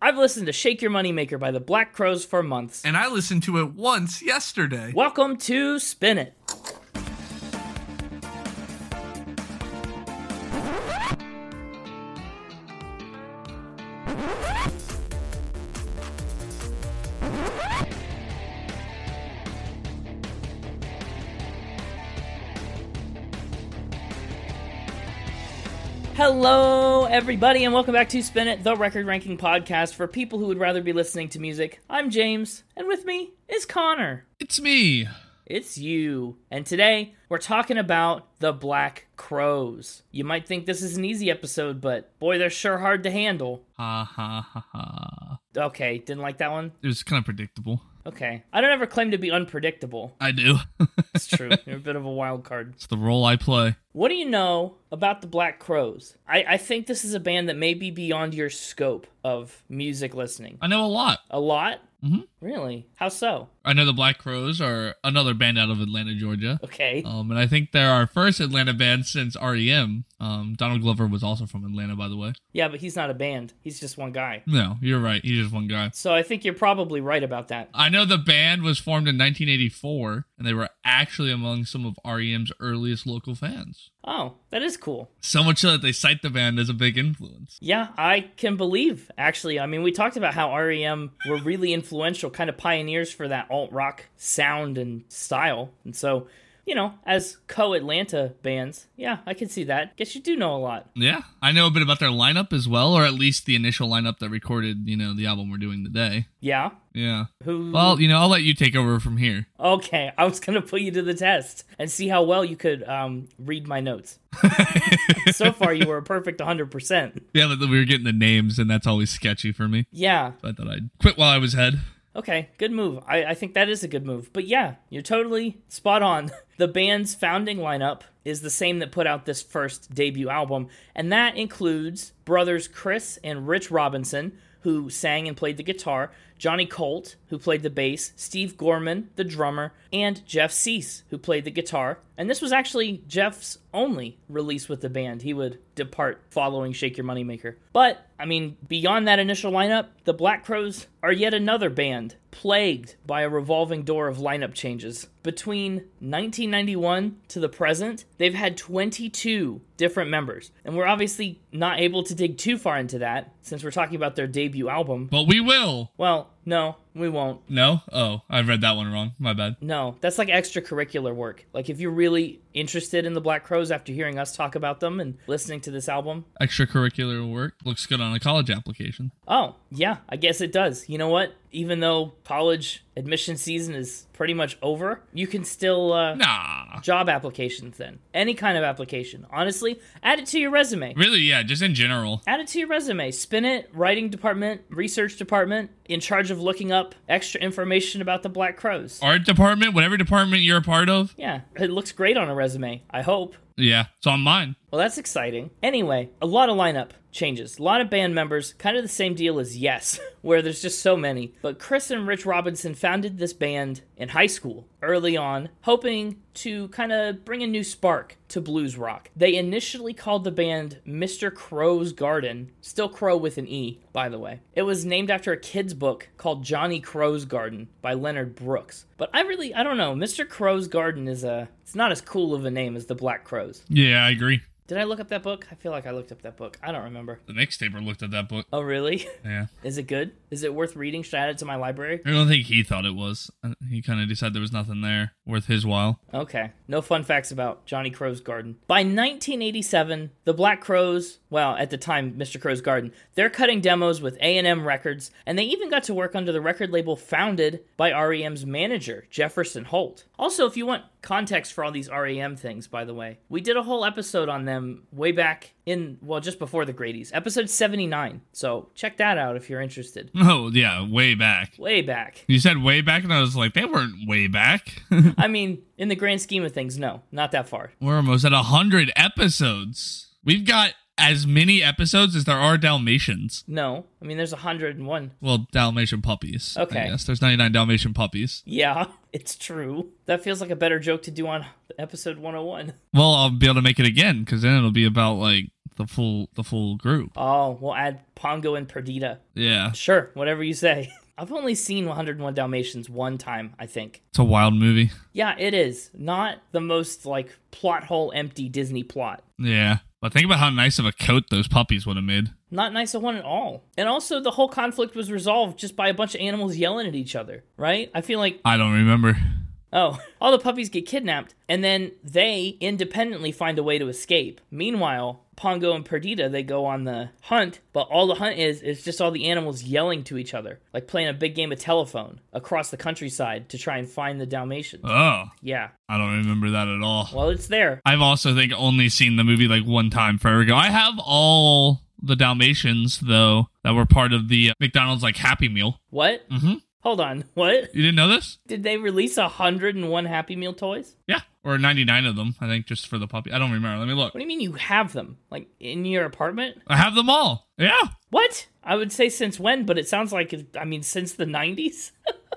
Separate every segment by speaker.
Speaker 1: I've listened to Shake Your Moneymaker by the Black Crows for months.
Speaker 2: And I listened to it once yesterday.
Speaker 1: Welcome to Spin It. Hello, everybody, and welcome back to Spin It, the record ranking podcast for people who would rather be listening to music. I'm James, and with me is Connor.
Speaker 3: It's me.
Speaker 1: It's you. And today, we're talking about the Black Crows. You might think this is an easy episode, but boy, they're sure hard to handle.
Speaker 3: Ha ha ha ha.
Speaker 1: Okay, didn't like that one?
Speaker 3: It was kind of predictable.
Speaker 1: Okay. I don't ever claim to be unpredictable.
Speaker 3: I do.
Speaker 1: It's true. You're a bit of a wild card.
Speaker 3: it's the role I play.
Speaker 1: What do you know about the Black Crows? I, I think this is a band that may be beyond your scope of music listening.
Speaker 3: I know a lot.
Speaker 1: A lot?
Speaker 3: Mhm.
Speaker 1: Really? How so?
Speaker 3: I know the Black Crows are another band out of Atlanta, Georgia.
Speaker 1: Okay.
Speaker 3: Um, and I think they're our first Atlanta band since REM. Um, Donald Glover was also from Atlanta, by the way.
Speaker 1: Yeah, but he's not a band. He's just one guy.
Speaker 3: No, you're right. He's just one guy.
Speaker 1: So I think you're probably right about that.
Speaker 3: I know the band was formed in 1984, and they were actually among some of REM's earliest local fans.
Speaker 1: Oh, that is cool.
Speaker 3: So much so that they cite the band as a big influence.
Speaker 1: Yeah, I can believe, actually. I mean, we talked about how REM were really influential, kind of pioneers for that alt rock sound and style. And so, you know, as co Atlanta bands, yeah, I can see that. Guess you do know a lot.
Speaker 3: Yeah, I know a bit about their lineup as well, or at least the initial lineup that recorded, you know, the album we're doing today.
Speaker 1: Yeah?
Speaker 3: Yeah.
Speaker 1: Who?
Speaker 3: Well, you know, I'll let you take over from here.
Speaker 1: okay, I was going to put you to the test and see how well you could um, read my notes. so far, you were a perfect 100%.
Speaker 3: Yeah, but we were getting the names, and that's always sketchy for me.
Speaker 1: Yeah,
Speaker 3: So I thought I'd quit while I was ahead.
Speaker 1: Okay, good move. I, I think that is a good move. But yeah, you're totally spot on. The band's founding lineup is the same that put out this first debut album, and that includes brothers Chris and Rich Robinson, who sang and played the guitar, Johnny Colt, who played the bass, Steve Gorman, the drummer, and Jeff Cease, who played the guitar. And this was actually Jeff's only release with the band. He would depart following Shake Your Moneymaker. But, I mean, beyond that initial lineup, the Black Crows are yet another band plagued by a revolving door of lineup changes. Between 1991 to the present, they've had 22 different members. And we're obviously not able to dig too far into that since we're talking about their debut album.
Speaker 3: But we will.
Speaker 1: Well, no, we won't.
Speaker 3: No? Oh, I read that one wrong. My bad.
Speaker 1: No, that's like extracurricular work. Like if you're really interested in the Black Crows after hearing us talk about them and listening to this album,
Speaker 3: Extracurricular work looks good on a college application.
Speaker 1: Oh, yeah, I guess it does. You know what? Even though college admission season is pretty much over, you can still uh,
Speaker 3: Nah.
Speaker 1: job applications then. Any kind of application. Honestly, add it to your resume.
Speaker 3: Really, yeah, just in general.
Speaker 1: Add it to your resume. Spin it, writing department, research department, in charge of looking up extra information about the Black Crows.
Speaker 3: Art department, whatever department you're a part of.
Speaker 1: Yeah, it looks great on a resume, I hope.
Speaker 3: Yeah, it's on mine.
Speaker 1: Well, that's exciting. Anyway, a lot of lineup changes, a lot of band members, kind of the same deal as Yes, where there's just so many. But Chris and Rich Robinson founded this band in high school early on, hoping to kind of bring a new spark to blues rock. They initially called the band Mr. Crow's Garden, still Crow with an E, by the way. It was named after a kid's book called Johnny Crow's Garden by Leonard Brooks. But I really, I don't know, Mr. Crow's Garden is a, it's not as cool of a name as the Black Crows.
Speaker 3: Yeah, I agree.
Speaker 1: Did I look up that book? I feel like I looked up that book. I don't remember.
Speaker 3: The mixtaper looked at that book.
Speaker 1: Oh, really?
Speaker 3: Yeah.
Speaker 1: Is it good? Is it worth reading? Should I add it to my library?
Speaker 3: I don't think he thought it was. Uh, He kind of decided there was nothing there worth his while.
Speaker 1: Okay. No fun facts about Johnny Crow's Garden. By 1987, the Black Crows, well, at the time, Mr. Crow's Garden, they're cutting demos with A&M Records, and they even got to work under the record label founded by REM's manager, Jefferson Holt. Also, if you want context for all these REM things, by the way, we did a whole episode on them way back in, well, just before the Grady's, episode 79. So check that out if you're interested.
Speaker 3: Oh, yeah, way back.
Speaker 1: Way back.
Speaker 3: You said way back, and I was like, they weren't way back.
Speaker 1: I mean, in the grand scheme of things, no, not that far.
Speaker 3: We're almost at 100 episodes. We've got as many episodes as there are Dalmatians.
Speaker 1: No, I mean, there's 101.
Speaker 3: Well, Dalmatian puppies.
Speaker 1: Okay.
Speaker 3: I guess. There's 99 Dalmatian puppies.
Speaker 1: Yeah, it's true. That feels like a better joke to do on episode 101.
Speaker 3: Well, I'll be able to make it again because then it'll be about like the full the full group.
Speaker 1: Oh, we'll add Pongo and Perdita.
Speaker 3: Yeah,
Speaker 1: Sure, whatever you say. I've only seen 101 Dalmatians one time, I think.
Speaker 3: it's a wild movie.
Speaker 1: Yeah, it is. Not the most like plot hole empty Disney plot.
Speaker 3: Yeah, but think about how nice of a coat those puppies would have made.
Speaker 1: Not nice of one at all. And also the whole conflict was resolved just by a bunch of animals yelling at each other, right? I feel like
Speaker 3: I don't remember.
Speaker 1: Oh, all the puppies get kidnapped, and then they independently find a way to escape. Meanwhile, Pongo and Perdita they go on the hunt, but all the hunt is is just all the animals yelling to each other, like playing a big game of telephone across the countryside to try and find the Dalmatians.
Speaker 3: Oh,
Speaker 1: yeah,
Speaker 3: I don't remember that at all.
Speaker 1: well, it's there.
Speaker 3: I've also think only seen the movie like one time forever ago. I have all the Dalmatians though that were part of the uh, McDonald's like Happy Meal.
Speaker 1: What?
Speaker 3: Mhm.
Speaker 1: Hold on, what?
Speaker 3: You didn't know this?
Speaker 1: Did they release a hundred and one Happy Meal toys?
Speaker 3: Yeah, or 99 of them, I think, just for the puppy. I don't remember. Let me look.
Speaker 1: What do you mean you have them? Like in your apartment?
Speaker 3: I have them all. Yeah.
Speaker 1: What? I would say since when, but it sounds like, it- I mean, since the 90s?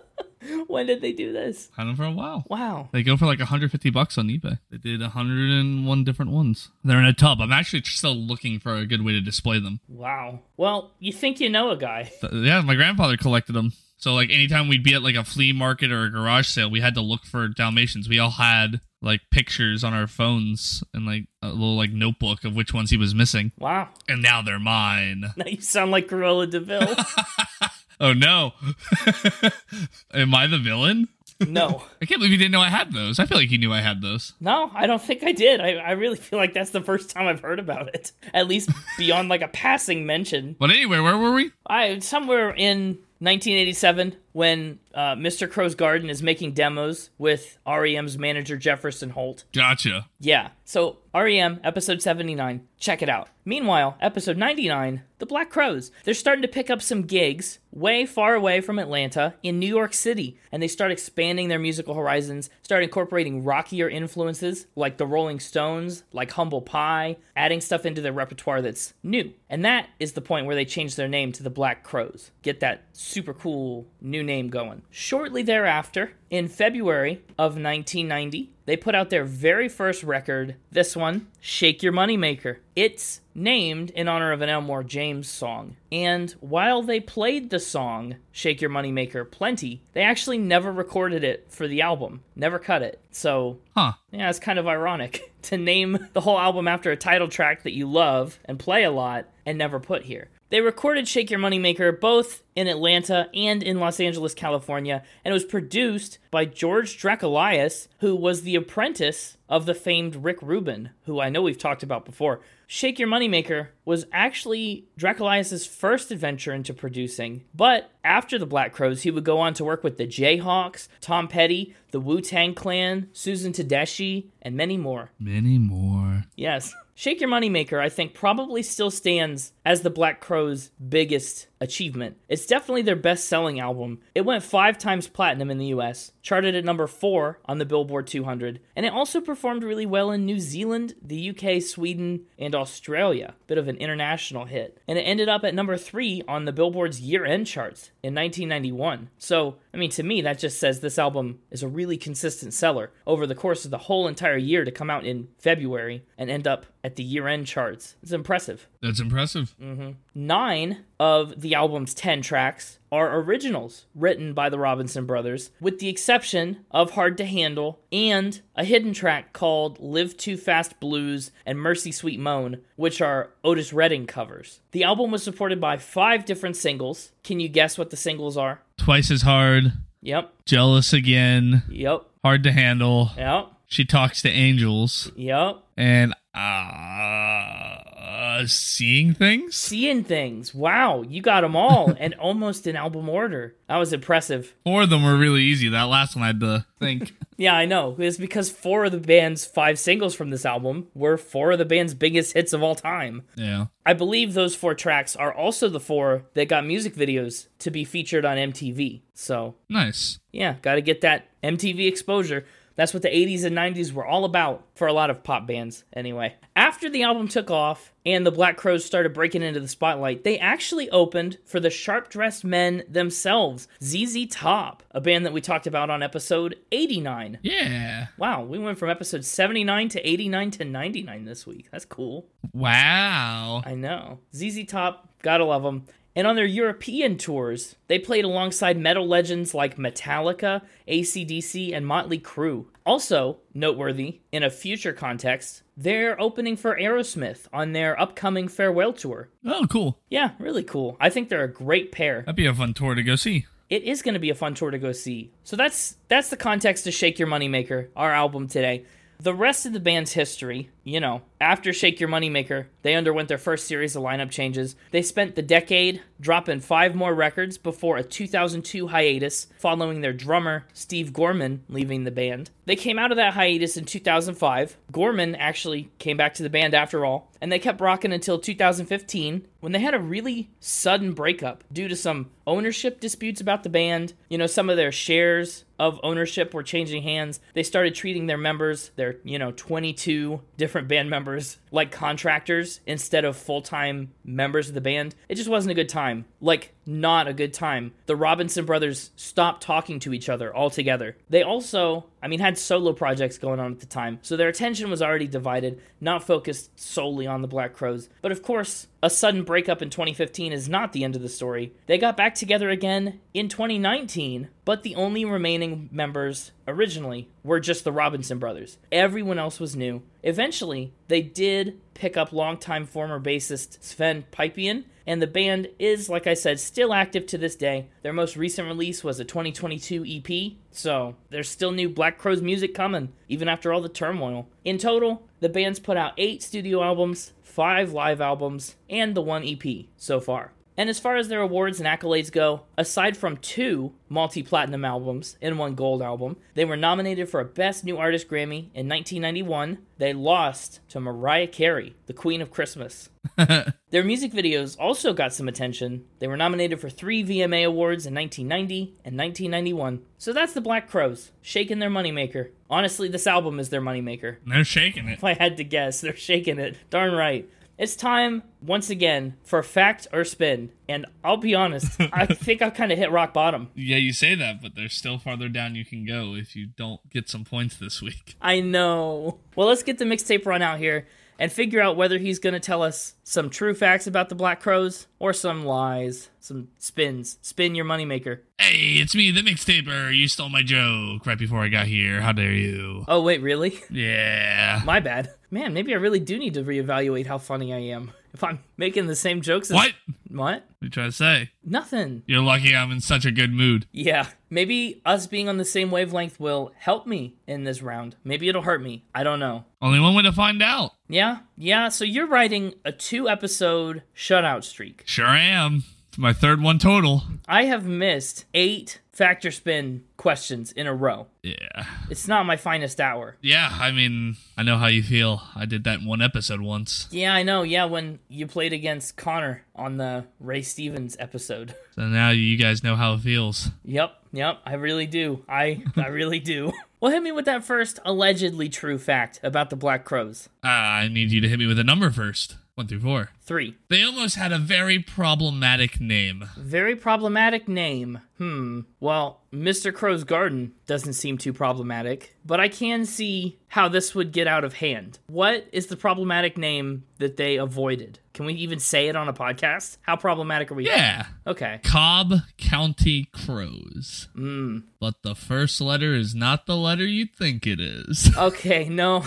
Speaker 1: when did they do this?
Speaker 3: Had them for a while.
Speaker 1: Wow.
Speaker 3: They go for like 150 bucks on eBay. They did 101 different ones. They're in a tub. I'm actually still looking for a good way to display them.
Speaker 1: Wow. Well, you think you know a guy.
Speaker 3: Th- yeah, my grandfather collected them. So like anytime we'd be at like a flea market or a garage sale, we had to look for Dalmatians. We all had like pictures on our phones and like a little like notebook of which ones he was missing.
Speaker 1: Wow.
Speaker 3: And now they're mine.
Speaker 1: Now you sound like Gorilla DeVille.
Speaker 3: Oh no. Am I the villain?
Speaker 1: no.
Speaker 3: I can't believe you didn't know I had those. I feel like you knew I had those.
Speaker 1: No, I don't think I did. I, I really feel like that's the first time I've heard about it. At least beyond like a passing mention.
Speaker 3: But anyway, where were we?
Speaker 1: I somewhere in 1987 when uh, Mr. Crow's Garden is making demos with REM's manager Jefferson Holt.
Speaker 3: Gotcha.
Speaker 1: Yeah. So REM episode 79, check it out. Meanwhile, episode 99, The Black Crows. They're starting to pick up some gigs way far away from Atlanta in New York City, and they start expanding their musical horizons, start incorporating rockier influences like the Rolling Stones, like Humble Pie, adding stuff into their repertoire that's new. And that is the point where they change their name to The Black Crows. Get that super cool new name going. Shortly thereafter, in February of 1990, they put out their very first record, this one, Shake Your Moneymaker. It's named in honor of an Elmore James song. And while they played the song, Shake Your Moneymaker, plenty, they actually never recorded it for the album, never cut it. So,
Speaker 3: Huh.
Speaker 1: yeah, it's kind of ironic to name the whole album after a title track that you love and play a lot and never put here. They recorded Shake Your Moneymaker both in Atlanta and in Los Angeles, California, and it was produced by George Drakalias, who was the apprentice of the famed Rick Rubin, who I know we've talked about before. Shake Your Moneymaker was actually Dracolias' first adventure into producing, but after the Black Crows, he would go on to work with the Jayhawks, Tom Petty, the Wu Tang Clan, Susan Tedeschi, and many more.
Speaker 3: Many more.
Speaker 1: Yes. Shake Your Moneymaker, I think, probably still stands as the Black Crowes' biggest achievement. It's definitely their best selling album. It went five times platinum in the US, charted at number four on the Billboard 200, and it also performed really well in New Zealand, the UK, Sweden, and Australia. Bit of an international hit. And it ended up at number three on the Billboard's year end charts in 1991. So, I mean, to me, that just says this album is a really consistent seller over the course of the whole entire year to come out in February and end up at the year end charts. It's impressive.
Speaker 3: That's impressive.
Speaker 1: Nine of the album's 10 tracks are originals written by the Robinson brothers, with the exception of Hard to Handle and a hidden track called Live Too Fast Blues and Mercy Sweet Moan, which are Otis Redding covers. The album was supported by five different singles. Can you guess what the singles are?
Speaker 3: Twice as hard.
Speaker 1: Yep,
Speaker 3: Jealous again.
Speaker 1: yep,
Speaker 3: Hard to handle.
Speaker 1: yep,
Speaker 3: She talks to angels.
Speaker 1: yep.
Speaker 3: And uh, seeing things.
Speaker 1: Seeing things. Wow, you got them all and almost in album order. That was impressive.
Speaker 3: Four of them were really easy. That last one I had to think.
Speaker 1: Yeah, I know. It's because four of the band's five singles from this album were four of the band's biggest hits of all time.
Speaker 3: yeah.
Speaker 1: I believe those four tracks are also the four that got music videos to be featured on MTV. So,
Speaker 3: Nice.
Speaker 1: yeah, got to get that MTV exposure. That's what the 80s and 90s were all about for a lot of pop bands, anyway. After the album took off and the Black Crows started breaking into the spotlight, they actually opened for the Sharp Dressed Men themselves, ZZ Top, a band that we talked about on episode 89.
Speaker 3: Yeah.
Speaker 1: Wow, we went from episode 79 to 89 to 99 this week. That's cool.
Speaker 3: Wow.
Speaker 1: I know. ZZ Top, gotta love them. And on their European tours, they played alongside metal legends like Metallica, ACDC, and Motley Crue. Also, noteworthy, in a future context, they're opening for Aerosmith on their upcoming farewell tour.
Speaker 3: Oh, cool.
Speaker 1: Yeah, really cool. I think they're a great pair.
Speaker 3: That'd be a fun tour to go see.
Speaker 1: It is going to be a fun tour to go see. So that's that's the context to Shake Your Moneymaker, our album today. The rest of the band's history, you know, after Shake Your Moneymaker, they underwent their first series of lineup changes. They spent the decade dropping five more records before a 2002 hiatus following their drummer, Steve Gorman, leaving the band. They came out of that hiatus in 2005. Gorman actually came back to the band after all, and they kept rocking until 2015 when they had a really sudden breakup due to some ownership disputes about the band. You know, some of their shares of ownership were changing hands. They started treating their members, their, you know, 22 different band members, like contractors instead of full time members of the band. It just wasn't a good time. Like, not a good time. The Robinson brothers stopped talking to each other altogether. They also, I mean, had solo projects going on at the time, so their attention was already divided, not focused solely on the Black Crows. But of course, a sudden breakup in 2015 is not the end of the story. They got back together again in 2019, but the only remaining members originally were just the Robinson brothers. Everyone else was new. Eventually, they did pick up longtime former bassist Sven Pipian, and the band is, like I said, still active to this day. Their most recent release was a 2022 EP, so there's still new Black Crowes music coming, even after all the turmoil. In total, the band's put out eight studio albums, five live albums, and the one EP so far. And as far as their awards and accolades go, aside from two multi platinum albums and one gold album, they were nominated for a Best New Artist Grammy in 1991. They lost to Mariah Carey, the Queen of Christmas. Their music videos also got some attention. They were nominated for three VMA Awards in 1990 and 1991. So that's the Black Crows, shaking their moneymaker. Honestly, this album is their moneymaker.
Speaker 3: They're shaking it.
Speaker 1: If I had to guess, they're shaking it. Darn right. It's time, once again, for fact or spin. And I'll be honest, I think I've kind of hit rock bottom.
Speaker 3: Yeah, you say that, but there's still farther down you can go if you don't get some points this week.
Speaker 1: I know. Well, let's get the mixtape run out here and figure out whether he's going to tell us some true facts about the Black Crows or some lies, some spins. Spin your moneymaker.
Speaker 3: Hey, it's me, the mixtaper. You stole my joke right before I got here. How dare you?
Speaker 1: Oh, wait, really?
Speaker 3: Yeah.
Speaker 1: My bad. Man, maybe I really do need to reevaluate how funny I am. If I'm making the same jokes as.
Speaker 3: What?
Speaker 1: What?
Speaker 3: What you trying to say?
Speaker 1: Nothing.
Speaker 3: You're lucky I'm in such a good mood.
Speaker 1: Yeah, maybe us being on the same wavelength will help me in this round. Maybe it'll hurt me. I don't know.
Speaker 3: Only one way to find out.
Speaker 1: Yeah, yeah. So you're writing a two episode shutout streak.
Speaker 3: Sure am. It's my third one total.
Speaker 1: I have missed eight factor spin questions in a row.
Speaker 3: Yeah.
Speaker 1: It's not my finest hour.
Speaker 3: Yeah, I mean, I know how you feel. I did that in one episode once.
Speaker 1: Yeah, I know. Yeah, when you played against Connor on the Ray Stevens episode.
Speaker 3: So now you guys know how it feels.
Speaker 1: Yep, yep, I really do. I I really do. Well, hit me with that first allegedly true fact about the Black Crows.
Speaker 3: Ah, I need you to hit me with a number first. One through four.
Speaker 1: 3.
Speaker 3: They almost had a very problematic name.
Speaker 1: Very problematic name. Hmm. Well, Mr. Crow's Garden doesn't seem too problematic, but I can see how this would get out of hand. What is the problematic name that they avoided? Can we even say it on a podcast? How problematic are we?
Speaker 3: Yeah.
Speaker 1: Okay.
Speaker 3: Cobb County Crows. But the first letter is not the letter you think it is.
Speaker 1: Okay, no.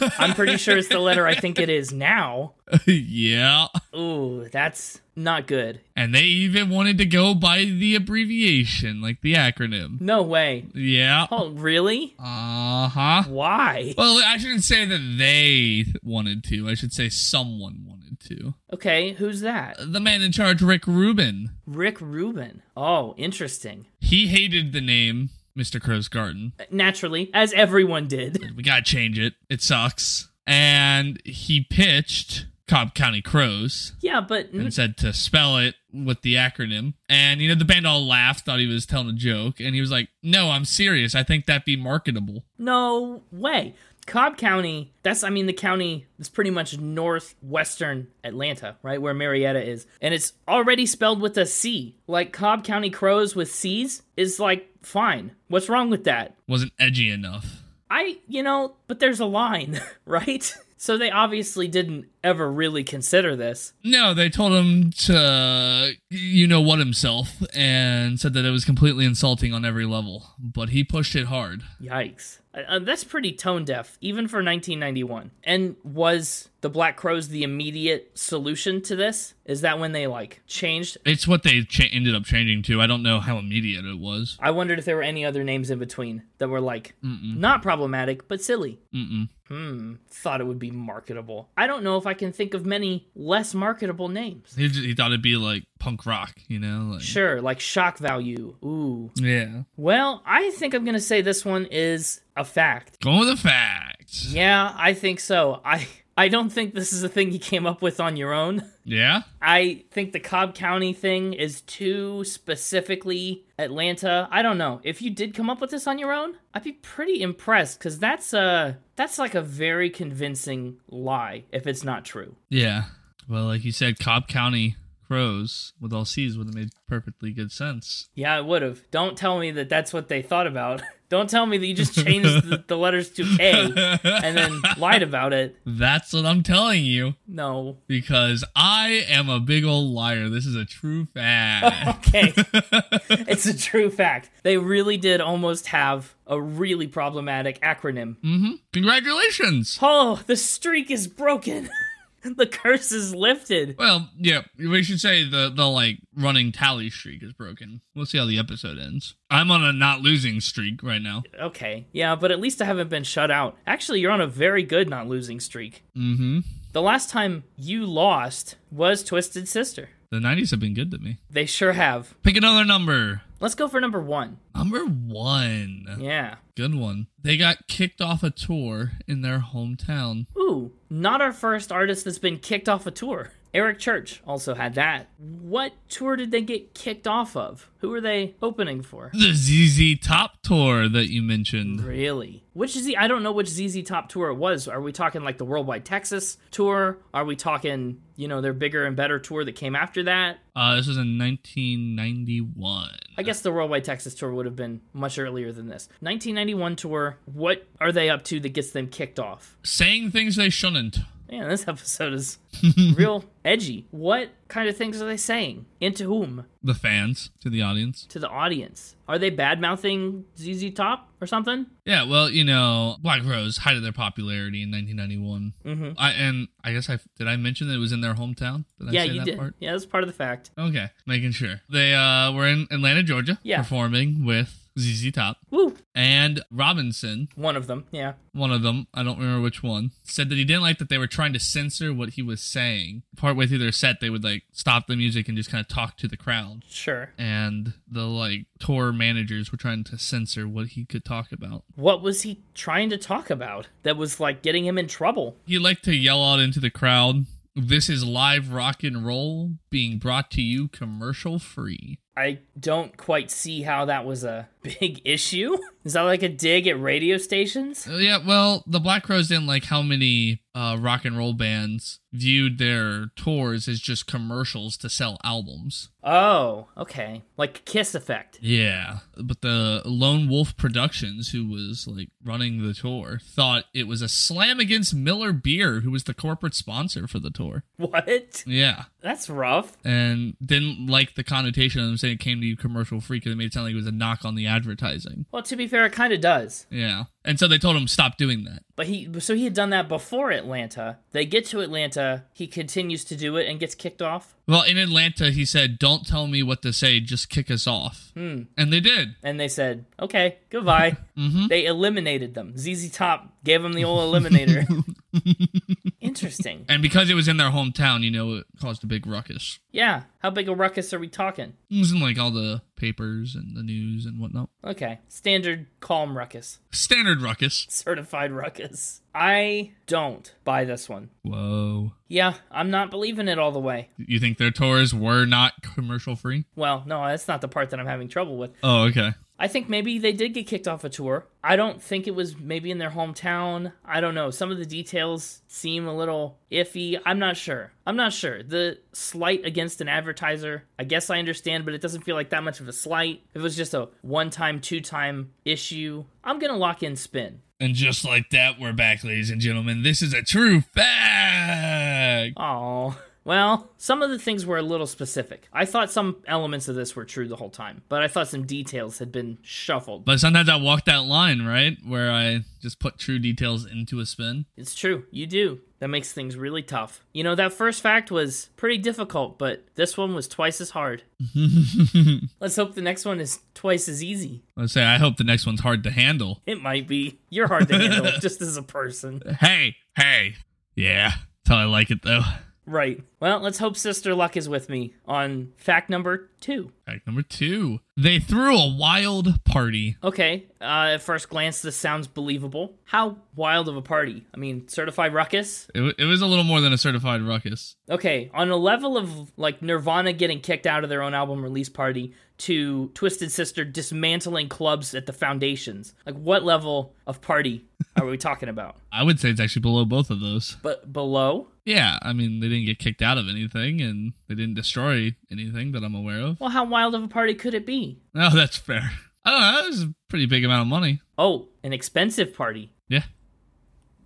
Speaker 1: I'm pretty sure it's the letter I think it is now.
Speaker 3: yeah.
Speaker 1: Ooh, that's not good.
Speaker 3: And they even wanted to go by the abbreviation, like the acronym.
Speaker 1: No way.
Speaker 3: Yeah.
Speaker 1: Oh, really?
Speaker 3: Uh huh.
Speaker 1: Why?
Speaker 3: Well, I shouldn't say that they wanted to. I should say someone wanted to.
Speaker 1: Okay, who's that?
Speaker 3: The man in charge, Rick Rubin,
Speaker 1: Rick Rubin. Oh, interesting.
Speaker 3: he hated the name Mr. Crow's Garden.
Speaker 1: Naturally, as everyone did.
Speaker 3: We gotta change it. It sucks. And he pitched Cobb County Crows
Speaker 1: Yeah, but
Speaker 3: and said to spell it with the acronym. And you know, the band all laughed, thought he was telling a joke, and he was like, "No, I'm serious. I think that'd be marketable."
Speaker 1: No way. Cobb County, that's, I mean, the county is pretty much northwestern Atlanta, right? Where Marietta is. And it's already spelled with a C. Like Cobb County Crows with C's is like fine. What's wrong with that?
Speaker 3: Wasn't edgy enough.
Speaker 1: I, you know, but there's a line, right? So they obviously didn't ever really consider this.
Speaker 3: No, they told him to you know what himself and said that it was completely insulting on every level, but he pushed it hard.
Speaker 1: Yikes. Uh, Uh, that's pretty tone deaf, even for 1991. And was the Black Crows the immediate solution to this? Is that when they like changed
Speaker 3: It's what they cha- ended up changing to. I don't know how immediate it was.
Speaker 1: I wondered if there were any other names in between that were like not problematic but silly. Mm-mm. Hmm. Thought it would be marketable. I don't know if I can think of many less marketable names.
Speaker 3: He, j- he thought it'd be like punk rock, you know? Like,
Speaker 1: Sure, like shock value. Ooh.
Speaker 3: Yeah.
Speaker 1: Well, I think I'm gonna say this one is a fact.
Speaker 3: Going with the facts.
Speaker 1: Yeah, I think so. I I don't think this is a thing you came up with on your own.
Speaker 3: Yeah?
Speaker 1: I think the Cobb County thing is too specifically Atlanta. I don't know. If you did come up with this on your own, I'd be pretty impressed cuz that's a that's like a very convincing lie if it's not true.
Speaker 3: Yeah. Well, like you said, Cobb County crows with all C's would have made perfectly good sense.
Speaker 1: Yeah, it would have. Don't tell me that that's what they thought about. Don't tell me that you just changed the, the letters to K and then lied about it.
Speaker 3: That's what I'm telling you
Speaker 1: No.
Speaker 3: because I am a big old liar. This is a true fact.
Speaker 1: Okay. it's a true fact. They really did almost have a really problematic acronym
Speaker 3: Mm-hmm. Congratulations.
Speaker 1: Oh, the streak is broken. the curse is lifted.
Speaker 3: Well, yeah, we should say the the like running tally streak is broken. We'll see how the episode ends. I'm on a not losing streak right now.
Speaker 1: Okay. Yeah, but at least I haven't been shut out. Actually, you're on a very good not losing streak.
Speaker 3: Mm-hmm.
Speaker 1: The last time you lost was Twisted Sister.
Speaker 3: The 90s have been good to me.
Speaker 1: They sure have.
Speaker 3: Pick another number.
Speaker 1: Let's go for number one.
Speaker 3: Number one.
Speaker 1: Yeah.
Speaker 3: Good one. They got kicked off a tour in their hometown.
Speaker 1: Ooh, not our first artist that's been kicked off a tour. Eric Church also had that. What tour did they get kicked off of? Who were they opening for?
Speaker 3: The ZZ Top tour that you mentioned.
Speaker 1: Really? Which is the I don't know which ZZ Top tour it was. Are we talking like the Worldwide Texas tour? Are we talking, you know, their bigger and better tour that came after that?
Speaker 3: Uh, this was in 1991.
Speaker 1: I guess the Worldwide Texas tour would have been much earlier than this. 1991 tour. What are they up to that gets them kicked off?
Speaker 3: Saying things they shouldn't.
Speaker 1: Man, this episode is real edgy. What kind of things are they saying? And to whom?
Speaker 3: The fans to the audience.
Speaker 1: To the audience. Are they bad mouthing ZZ Top or something?
Speaker 3: Yeah, well, you know, Black Rose height of their popularity in 1991. Mm-hmm. I and I guess I did I mention that it was in their hometown. Did I
Speaker 1: yeah,
Speaker 3: say
Speaker 1: you
Speaker 3: that
Speaker 1: did.
Speaker 3: part?
Speaker 1: Yeah, that's part of the fact.
Speaker 3: Okay, making sure they uh were in Atlanta, Georgia,
Speaker 1: Yeah.
Speaker 3: performing with ZZ Top
Speaker 1: Woo!
Speaker 3: and Robinson.
Speaker 1: One of them. Yeah.
Speaker 3: One of them, I don't remember which one, said that he didn't like that they were trying to censor what he was saying. Partway through their set, they would like stop the music and just kind of talk to the crowd.
Speaker 1: Sure.
Speaker 3: And the like tour managers were trying to censor what he could talk about.
Speaker 1: what was he trying to talk about that was like getting him in trouble?
Speaker 3: He liked to yell out into the crowd, "This is live rock and roll being brought to you commercial free."
Speaker 1: I don't quite see how that was a big issue. Is that like a dig at radio stations?
Speaker 3: Uh, Yeah, well, the Black Crows didn't like how many uh, rock and roll bands viewed their tours as just commercials to sell albums.
Speaker 1: Oh, okay. Like Kiss Effect.
Speaker 3: Yeah, but the Lone Wolf Productions, who was like running the tour, thought it was a slam against Miller Beer, who was the corporate sponsor for the tour.
Speaker 1: What?
Speaker 3: Yeah,
Speaker 1: That's rough.
Speaker 3: and didn't like the connotation of them saying it came to you commercial free because it made it sound like it was a knock on the advertising.
Speaker 1: Well, to be fair, it kind of does.
Speaker 3: Yeah, and so they told him stop doing that.
Speaker 1: But he, so he had done that before Atlanta. They get to Atlanta, he continues to do it and gets kicked off,
Speaker 3: Well, in Atlanta, he said, "Don't tell me what to say, just kick us off," and they did.
Speaker 1: and they said, okay, goodbye. Mm-hmm. They eliminated them. ZZ Top gave him the old eliminator. Interesting.
Speaker 3: And because it was in their hometown, you know, it caused a big ruckus.
Speaker 1: yeah. How big a ruckus are we talking?
Speaker 3: It was in like all the papers and the news and whatnot.
Speaker 1: Okay. Standard calm ruckus.
Speaker 3: Standard ruckus.
Speaker 1: Certified ruckus. I don't buy this one.
Speaker 3: Whoa.
Speaker 1: Yeah, I'm not believing it all the way.
Speaker 3: You think their tours were not commercial free?
Speaker 1: Well, no, that's not the part that I'm having trouble with.
Speaker 3: Oh, okay.
Speaker 1: I think maybe they did get kicked off a tour. I don't think it was maybe in their hometown. I don't know. Some of the details seem a little iffy. I'm not sure. I'm not sure. The slight against an advertiser, I guess I understand, but it doesn't feel like that much of a slight. If it was just a one time, two time issue, I'm going to lock in spin.
Speaker 3: And just like that, we're back, ladies and gentlemen. This is a true fact.
Speaker 1: Oh. Well, some of the things were a little specific. I thought some elements of this were true the whole time, but I thought some details had been shuffled.
Speaker 3: But sometimes I walk that line, right? Where I just put true details into a spin.
Speaker 1: It's true. You do. That makes things really tough. You know, that first fact was pretty difficult, but this one was twice as hard. Let's hope the next one is twice as easy.
Speaker 3: Let's say I hope the next one's hard to handle.
Speaker 1: It might be. You're hard to handle just as a person.
Speaker 3: Hey, hey. Yeah. That's how I like it though.
Speaker 1: Right. Well, let's hope Sister Luck is with me on fact number two.
Speaker 3: Fact number two. They threw a wild party.
Speaker 1: Okay, uh, at first glance, this sounds believable. How wild of a party. I mean, certified ruckus,
Speaker 3: It, wa- it was a little more than a certified ruckus.
Speaker 1: Okay, on a level of like Nirvana getting kicked out of their own album release party to Twisted Sister dismantling clubs at the foundations, like what level of party are we talking about?
Speaker 3: I would say it's actually below both of those.
Speaker 1: But below?
Speaker 3: Yeah, I mean, they didn't get kicked out of anything and they didn't destroy anything that I'm aware of.
Speaker 1: Well, how wild of a party could it be?
Speaker 3: No, that's fair. I don't know. That was a pretty big amount of money.
Speaker 1: Oh, an expensive party.
Speaker 3: Yeah.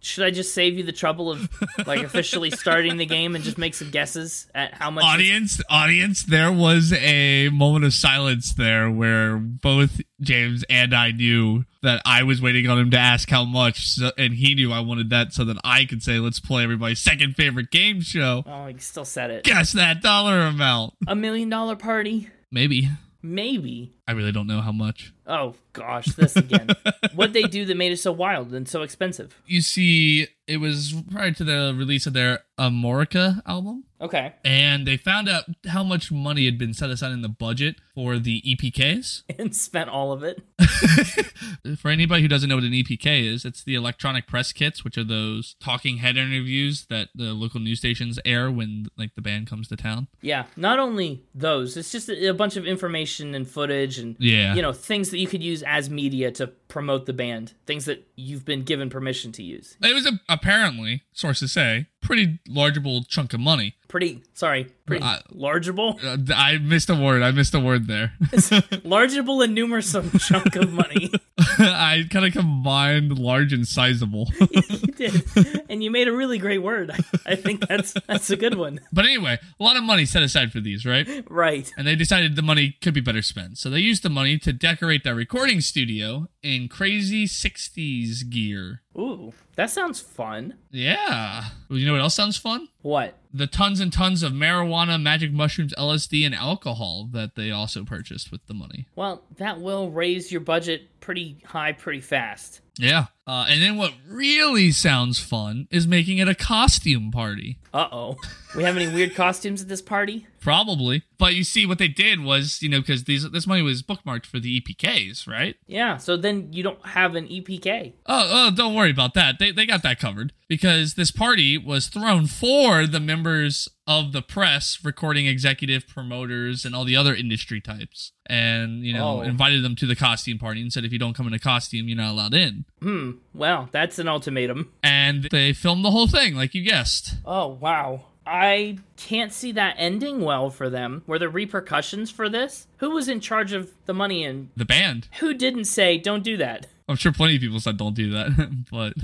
Speaker 1: Should I just save you the trouble of like officially starting the game and just make some guesses at how much?
Speaker 3: Audience, audience, there was a moment of silence there where both James and I knew that I was waiting on him to ask how much, so, and he knew I wanted that so that I could say, let's play everybody's second favorite game show.
Speaker 1: oh, you still said it.
Speaker 3: Guess that dollar amount.
Speaker 1: A million dollar party?
Speaker 3: Maybe.
Speaker 1: Maybe.
Speaker 3: I really don't know how much.
Speaker 1: Oh gosh, this again. what they do that made it so wild and so expensive?
Speaker 3: You see, it was prior to the release of their Amorica album,
Speaker 1: Okay.
Speaker 3: and they found out how much money had been set aside in the budget for the E EPKs.
Speaker 1: And spent all of it.
Speaker 3: For anybody who doesn't know what an EPK is, it's the electronic press kits, which are those talking head interviews that the local news stations air when like the band comes to town.
Speaker 1: Yeah. Not only those, it's just a, a bunch of information and footage and
Speaker 3: Yeah.
Speaker 1: you know, things that you could use as media to promote the band, things that you've been given permission to use.
Speaker 3: It was a, apparently, sources say, pretty largeable chunk of money.
Speaker 1: Pretty sorry, pretty
Speaker 3: I-
Speaker 1: largeable.
Speaker 3: Uh, I missed a word. I missed a word there.
Speaker 1: largeable and numerousome chunk of money.
Speaker 3: I kind of combined large and sizable.
Speaker 1: you did. And you made a really great word. I, I think that's that's a good one.
Speaker 3: But anyway, a lot of money set aside for these, right?
Speaker 1: Right.
Speaker 3: And they decided the money could be better spent. So they used the money to decorate their recording studio in crazy 60s gear.
Speaker 1: Ooh. That sounds fun.
Speaker 3: Yeah. Well, you know what else sounds fun?
Speaker 1: What?
Speaker 3: The tons and tons of marijuana, magic mushrooms, LSD, and alcohol that they also purchased with the money.
Speaker 1: Well, that will raise your budget pretty high pretty fast.
Speaker 3: Yeah. Uh, and then what really sounds fun is making it a costume party.
Speaker 1: Uh oh. We have any weird costumes at this party?
Speaker 3: Probably. But you see, what they did was, you know, because these this money was bookmarked for the EPKs, right?
Speaker 1: Yeah, so then you don't have an E EPK.
Speaker 3: Oh, oh, don't worry about that. They, they got that covered because this party was thrown for the members of the press, recording executive, promoters, and all the other industry types. And, you know,
Speaker 1: Oh.
Speaker 3: invited them to the costume party and said, if you don't come in a costume, you're not allowed in.
Speaker 1: Hmm. Well, that's an ultimatum.
Speaker 3: And they filmed the whole thing, like you guessed.
Speaker 1: Oh, wow. I can't see that ending well for them. Were there repercussions for this? Who was in charge of the money and
Speaker 3: The band.
Speaker 1: who didn't say, don't do that?
Speaker 3: I'm sure plenty of people said don't do that, but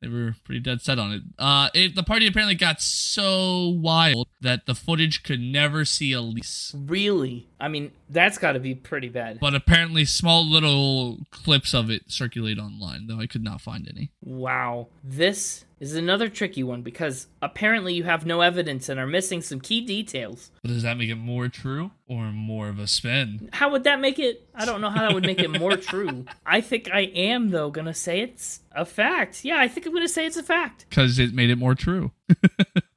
Speaker 3: they were pretty dead set on it. Uh, it. The party apparently got so wild that the footage could never see a lease.
Speaker 1: Really? I mean, that's got to be pretty bad.
Speaker 3: But apparently, small little clips of it circulate online, though I could not find any.
Speaker 1: Wow. This is another tricky one because apparently you have no evidence and are missing some key details.
Speaker 3: But does that make it more true or more of a spin?
Speaker 1: How would that make it? I don't know how that would make it more true. I think I am, though, going to say it's a fact. Yeah, I think I'm going to say it's a fact.
Speaker 3: Because it made it more true.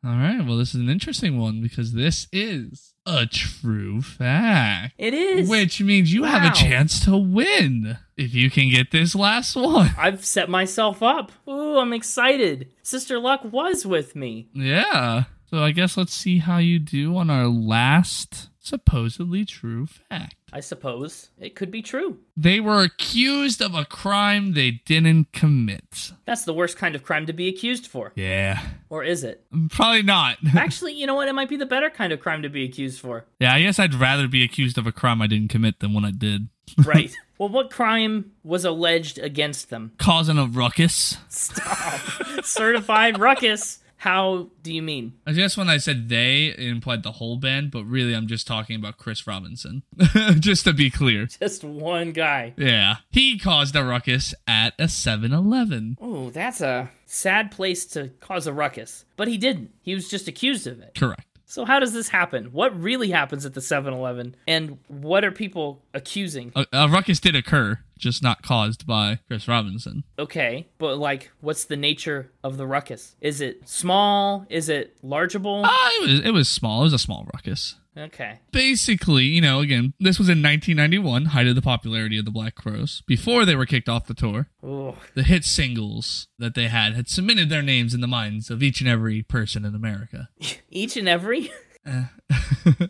Speaker 3: All right. Well, this is an interesting one because this is a true fact.
Speaker 1: It is.
Speaker 3: Which means you have
Speaker 1: Wow.
Speaker 3: a chance to win if you can get this last one.
Speaker 1: I've set myself up. Ooh, I'm excited. Sister Luck was with me.
Speaker 3: Yeah. So I guess let's see how you do on our last supposedly true fact.
Speaker 1: I suppose it could be true.
Speaker 3: They were accused of a crime they didn't commit.
Speaker 1: That's the worst kind of crime to be accused for.
Speaker 3: Yeah.
Speaker 1: Or is it?
Speaker 3: Probably not.
Speaker 1: Actually, you know what? It might be the better kind of crime to be accused for.
Speaker 3: yeah, I guess I'd rather be accused of a crime I didn't commit than one I did.
Speaker 1: Right. well, what crime was alleged against them?
Speaker 3: Causing a ruckus.
Speaker 1: Stop. Certified ruckus. How do you mean?
Speaker 3: I guess when I said they, it implied the whole band, but really I'm just talking about Chris Robinson. just to be clear.
Speaker 1: Just one guy.
Speaker 3: Yeah. He caused a ruckus at a 7 Eleven.
Speaker 1: Ooh, that's a sad place to cause a ruckus. But he didn't. He was just accused of it.
Speaker 3: Correct.
Speaker 1: So, how does this happen? What really happens at the 7 Eleven? And what are people accusing?
Speaker 3: A, a ruckus did occur, just not caused by Chris Robinson.
Speaker 1: Okay, but like, what's the nature of the ruckus? Is it small? Is it largeable?
Speaker 3: Uh, it, was, it was small. It was a small ruckus.
Speaker 1: Okay.
Speaker 3: basically, you know, again, this was in 1991, height of the popularity of the Black Crows, before they were kicked off the tour.
Speaker 1: Ooh.
Speaker 3: The hit singles that they had had cemented their names in the minds of each and every person in America.
Speaker 1: Each and every?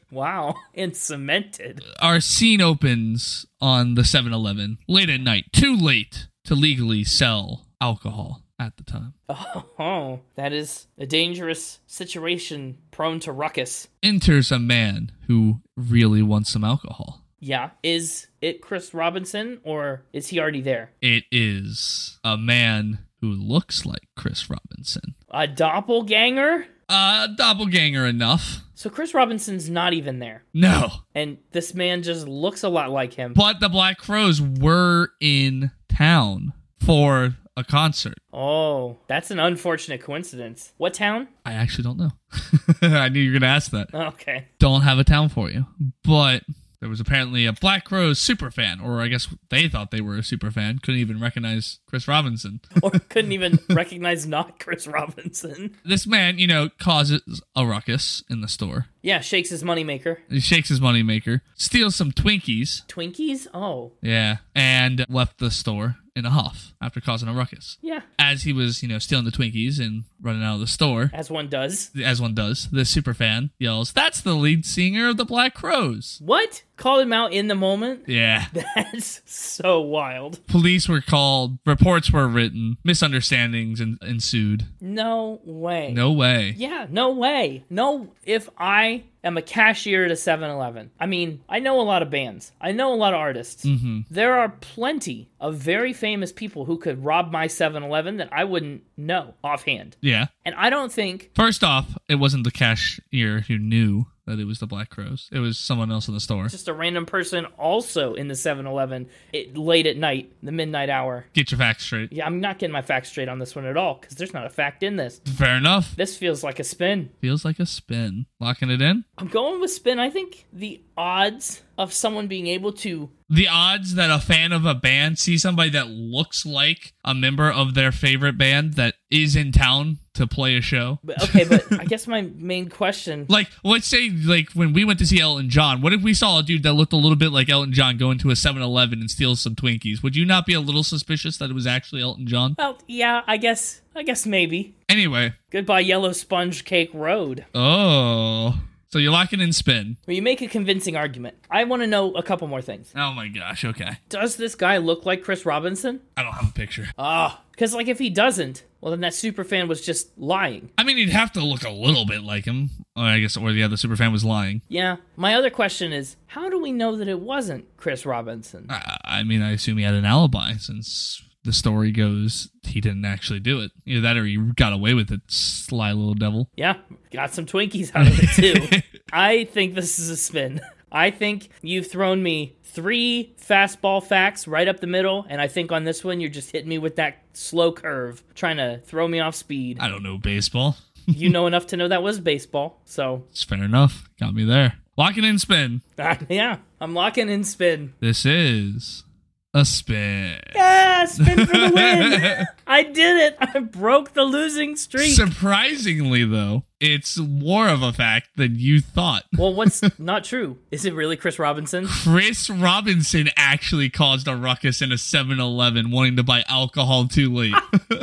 Speaker 1: wow. And cemented.
Speaker 3: Our scene opens on the 7 Eleven late at night, too late to legally sell alcohol at the time.
Speaker 1: Oh, that is a dangerous situation prone to ruckus.
Speaker 3: Enters a man who really wants some alcohol.
Speaker 1: Yeah. Is it Chris Robinson or is he already there?
Speaker 3: It is a man who looks like Chris Robinson.
Speaker 1: A doppelganger?
Speaker 3: Uh, doppelganger enough.
Speaker 1: So Chris Robinson's not even there.
Speaker 3: No,
Speaker 1: And this man just looks a lot like him.
Speaker 3: But the Black Crows were in town for a concert.
Speaker 1: Oh, that's an unfortunate coincidence. What town?
Speaker 3: I actually don't know. I knew you were going to ask that.
Speaker 1: Okay.
Speaker 3: Don't have a town for you. But there was apparently a Black Crows super fan, or I guess they thought they were a super fan. Couldn't even recognize Chris Robinson.
Speaker 1: Or couldn't even recognize not Chris Robinson.
Speaker 3: This man, you know, causes a ruckus in the store.
Speaker 1: Yeah, shakes his moneymaker.
Speaker 3: He shakes his moneymaker, steals some Twinkies.
Speaker 1: Twinkies? Oh,
Speaker 3: Yeah. And left the store in a huff after causing a ruckus.
Speaker 1: yeah,
Speaker 3: As he was, you know, stealing the Twinkies and running out of the store,
Speaker 1: as one does.
Speaker 3: as one does, the super fan yells, "That's the lead singer of the Black Crows."
Speaker 1: What? Call him out in the moment?
Speaker 3: Yeah.
Speaker 1: That's so wild.
Speaker 3: Police were called, reports were written, misunderstandings en- ensued.
Speaker 1: No way.
Speaker 3: No way.
Speaker 1: Yeah, no way. No, if I am a cashier at a 7 Eleven, I mean, I know a lot of bands, I know a lot of artists. There are plenty of very famous people who could rob my 7 Eleven that I wouldn't know offhand.
Speaker 3: Yeah.
Speaker 1: And I don't think,
Speaker 3: First off, it wasn't the cashier who knew that it was the Black Crows. It was someone else in the store.
Speaker 1: just a random person also in the 7 Eleven late at night, the midnight hour.
Speaker 3: Get your facts straight.
Speaker 1: Yeah, I'm not getting my facts straight on this one at all because there's not a fact in this.
Speaker 3: Fair enough.
Speaker 1: This feels like a spin.
Speaker 3: Feels like a spin. Locking it in.
Speaker 1: I'm going with spin. I think the odds of someone being able to
Speaker 3: The odds that a fan of a band sees somebody that looks like a member of their favorite band that is in town to play a show
Speaker 1: But okay, but I guess my main question.
Speaker 3: Like, let's say, like, when we went to see Elton John, what if we saw a dude that looked a little bit like Elton John go into a 7 Eleven and steal some Twinkies? Would you not be a little suspicious that it was actually Elton John?
Speaker 1: Well, yeah, I guess. I guess maybe.
Speaker 3: Anyway,
Speaker 1: Goodbye, Yellow Sponge Cake Road.
Speaker 3: oh. So you're locking in spin.
Speaker 1: Well, you make a convincing argument. I want to know a couple more things.
Speaker 3: Oh my gosh, okay.
Speaker 1: Does this guy look like Chris Robinson?
Speaker 3: I don't have a picture.
Speaker 1: Ah, because like if he doesn't, well then that super fan was just lying.
Speaker 3: I mean, he'd have to look a little bit like him. Or I guess, or the other superfan was lying.
Speaker 1: Yeah. My other question is, how do we know that it wasn't Chris Robinson?
Speaker 3: I, I mean, I assume he had an alibi since the story goes he didn't actually do it. Either that or he got away with it, sly little devil.
Speaker 1: Yeah, got some Twinkies out of it too. I think this is a spin. I think you've thrown me three fastball facts right up the middle, and I think on this one you're just hitting me with that slow curve, trying to throw me off speed.
Speaker 3: I don't know baseball.
Speaker 1: you know enough to know that was baseball, so uh,
Speaker 3: It's fair enough. Got me there. Lock it in spin.
Speaker 1: yeah, I'm locking in spin.
Speaker 3: This is a spin.
Speaker 1: Yeah, Ah, spin for the win! I did it! I broke the losing streak.
Speaker 3: Surprisingly, though, it's more of a fact than you thought.
Speaker 1: well, what's not true? Is it really Chris Robinson?
Speaker 3: Chris Robinson actually caused a ruckus in a 7 Eleven wanting to buy alcohol too late.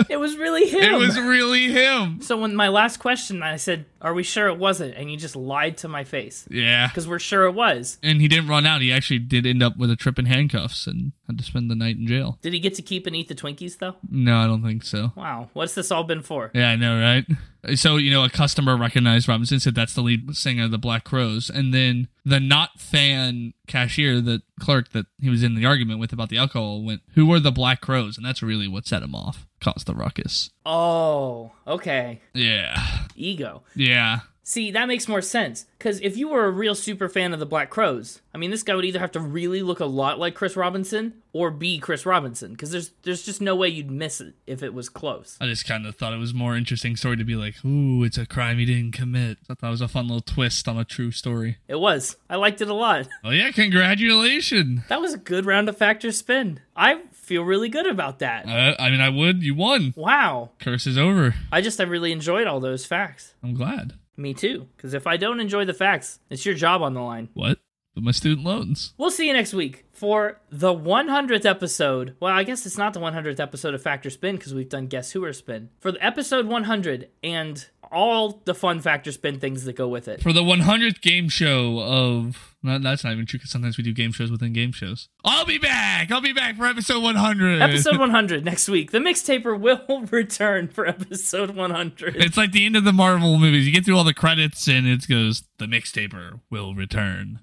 Speaker 1: It was really him.
Speaker 3: it was really him.
Speaker 1: So when my last question, I said, "Are we sure it wasn't?" and you just lied to my face
Speaker 3: Yeah.
Speaker 1: because we're sure it was.
Speaker 3: And he didn't run out. He actually did end up with a trip in handcuffs and had to spend the night in jail.
Speaker 1: Did he get to keep and eat the Twinkies though?
Speaker 3: No, I don't think so.
Speaker 1: Wow, what's this all been for?
Speaker 3: Yeah, I know, right? So, you know, a customer recognized Robinson, said that's the lead singer of the Black Crows. And then the not fan cashier, the clerk that he was in the argument with about the alcohol, went, Who were the Black Crows? And that's really what set him off, caused the ruckus.
Speaker 1: Oh, okay,
Speaker 3: Yeah.
Speaker 1: ego.
Speaker 3: Yeah.
Speaker 1: See, that makes more sense because if you were a real super fan of the Black Crows, I mean, this guy would either have to really look a lot like Chris Robinson or be Chris Robinson because there's there's just no way you'd miss it if it was close.
Speaker 3: I just kind of thought it was more interesting story to be like, Ooh, it's a crime he didn't commit. I thought it was a fun little twist on a true story.
Speaker 1: It was. I liked it a lot.
Speaker 3: Oh, yeah, congratulations.
Speaker 1: That was a good round of factor spin. I feel really good about that.
Speaker 3: Uh, I mean, I would. You won.
Speaker 1: Wow.
Speaker 3: Curse is over.
Speaker 1: I just I really enjoyed all those facts.
Speaker 3: I'm glad.
Speaker 1: Me too, because if I don't enjoy the facts, it's your job on the line.
Speaker 3: What? But my student loans.
Speaker 1: We'll see you next week for the 100th episode. Well, I guess it's not the 100th episode of Factor Spin because we've done Guess Who or Spin. For the episode 100 and all the fun Factor Spin things that go with it.
Speaker 3: for the 100th game show of no, that's not even true because sometimes we do game shows within game shows i'll be back i'll be back for episode 100
Speaker 1: Episode 100 next week. The mixtaper will return for episode 100.
Speaker 3: it's like the end of the marvel movies you get through all the credits and it goes the mixtaper will return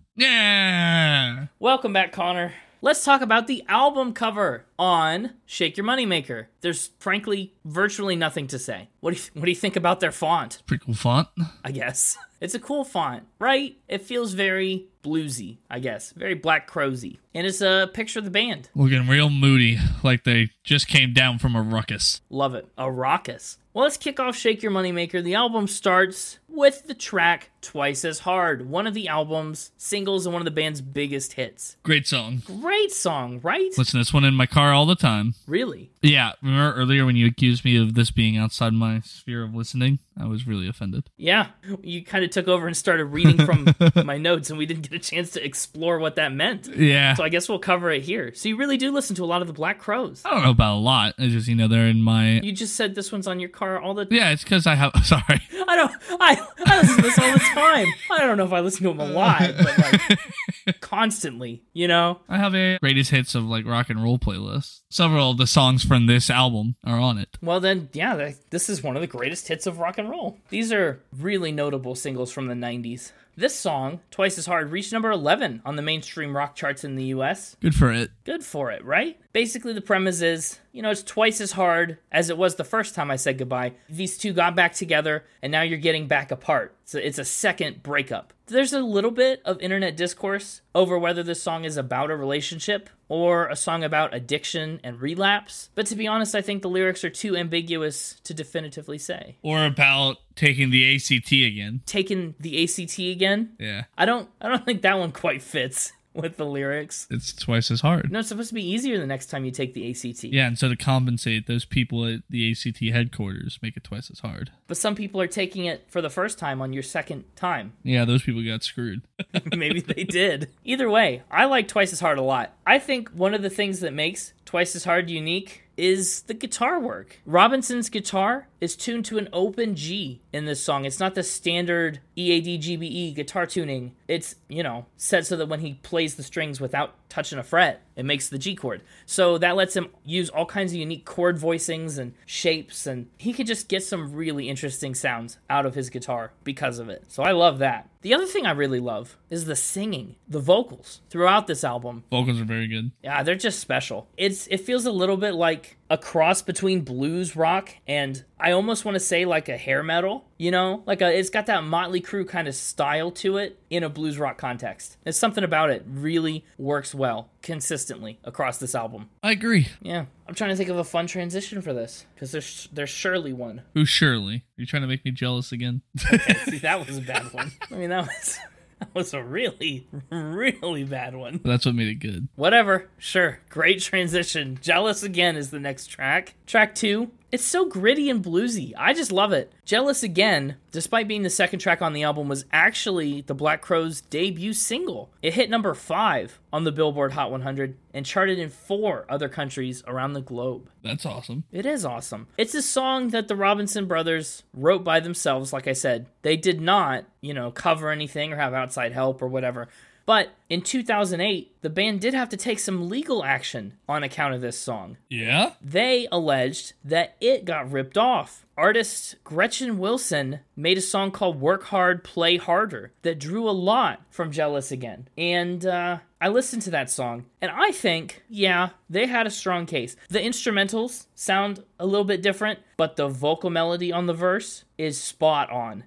Speaker 3: yeah
Speaker 1: Welcome back, Connor. Let's talk about the album cover on Shake Your Moneymaker. There's frankly virtually nothing to say. What do you, what do you think about their font?
Speaker 3: pretty cool font
Speaker 1: I guess it's a cool font, right? It feels very bluesy, I guess, very Black Crowsy, and it's a picture of the band.
Speaker 3: looking real moody like they just came down from a ruckus
Speaker 1: Love it, a raucous. Well, let's kick off Shake Your Moneymaker. The album starts with the track Twice as Hard, one of the album's singles and one of the band's biggest hits.
Speaker 3: great song
Speaker 1: Great song, right?
Speaker 3: listen to this one in my car all the time
Speaker 1: Really?
Speaker 3: yeah remember earlier when you accused me of this being outside my sphere of listening i was really offended
Speaker 1: Yeah, you kind of took over and started reading from my notes, and we didn't get a chance to explore what that meant.
Speaker 3: yeah
Speaker 1: So I guess we'll cover it here. So you really do listen to a lot of the Black Crows.
Speaker 3: i don't know about a lot it's just you know they're in my
Speaker 1: You just said this one's on your car all the time.
Speaker 3: Yeah, it's because I have. Sorry.
Speaker 1: I don't. I, I listen to this all the time. I don't know if I listen to them a lot, but like constantly. You know,
Speaker 3: I have a greatest hits of like rock and roll playlist. Several of the songs from this album are on it.
Speaker 1: Well, then, yeah, th- this is one of the greatest hits of rock and roll. These are really notable singles from the 90s. This song, Twice as Hard, reached number 11 on the mainstream rock charts in the US.
Speaker 3: Good for it.
Speaker 1: Good for it, right? Basically, the premise is you know, it's twice as hard as it was the first time I said goodbye. These two got back together, and now you're getting back apart. So it's a second breakup. There's a little bit of internet discourse over whether this song is about a relationship or a song about addiction and relapse. But to be honest, I think the lyrics are too ambiguous to definitively say.
Speaker 3: Or about taking the ACT again.
Speaker 1: Taking the ACT again,
Speaker 3: Yeah,
Speaker 1: I don't I don't think that one quite fits with the lyrics.
Speaker 3: it's twice as hard.
Speaker 1: No, it's supposed to be easier the next time you take the ACT.
Speaker 3: Yeah, and so to compensate, those people at the ACT headquarters make it twice as hard.
Speaker 1: But some people are taking it for the first time on your second time.
Speaker 3: Yeah, those people got screwed.
Speaker 1: Maybe they did. Either way, I like Twice as Hard a lot. I think one of the things that makes Twice as Hard unique is the guitar work. Robinson's guitar is tuned to an open G in this song. It's not the standard E EADGBE guitar tuning. It's, you know, set so that when he plays the strings without touching a fret, it makes the G chord. So that lets him use all kinds of unique chord voicings and shapes and he could just get some really interesting sounds out of his guitar because of it. So I love that. The other thing I really love is the singing, the vocals throughout this album.
Speaker 3: Vocals are very good.
Speaker 1: Yeah, they're just special. It's it feels a little bit like a cross between blues rock and I almost want to say like a hair metal, you know? Like a, it's got that Motley Crue kind of style to it in a blues rock context. There's something about it really works well consistently across this album.
Speaker 3: I agree.
Speaker 1: Yeah, I'm trying to think of a fun transition for this because there's there's surely one.
Speaker 3: Who surely? You're trying to make me jealous again.
Speaker 1: See, that was a bad one. I mean, that was that was a really really bad one.
Speaker 3: That's what made it good.
Speaker 1: Whatever. Sure. Great transition. Jealous Again is the next track. Track two. It's so gritty and bluesy. I just love it. Jealous Again, despite being the second track on the album, was actually the Black Crowes' debut single. It hit number five on the Billboard Hot 100 and charted in four other countries around the globe.
Speaker 3: That's awesome.
Speaker 1: It is awesome. It's a song that the Robinson brothers wrote by themselves, like I said. They did not, you know, cover anything or have outside help or whatever. But in 2008, the band did have to take some legal action on account of this song.
Speaker 3: Yeah.
Speaker 1: They alleged that it got ripped off. Artist Gretchen Wilson made a song called Work Hard, Play Harder that drew a lot from Jealous Again. And uh, I listened to that song and I think, yeah, they had a strong case. The instrumentals sound a little bit different, but the vocal melody on the verse is spot on.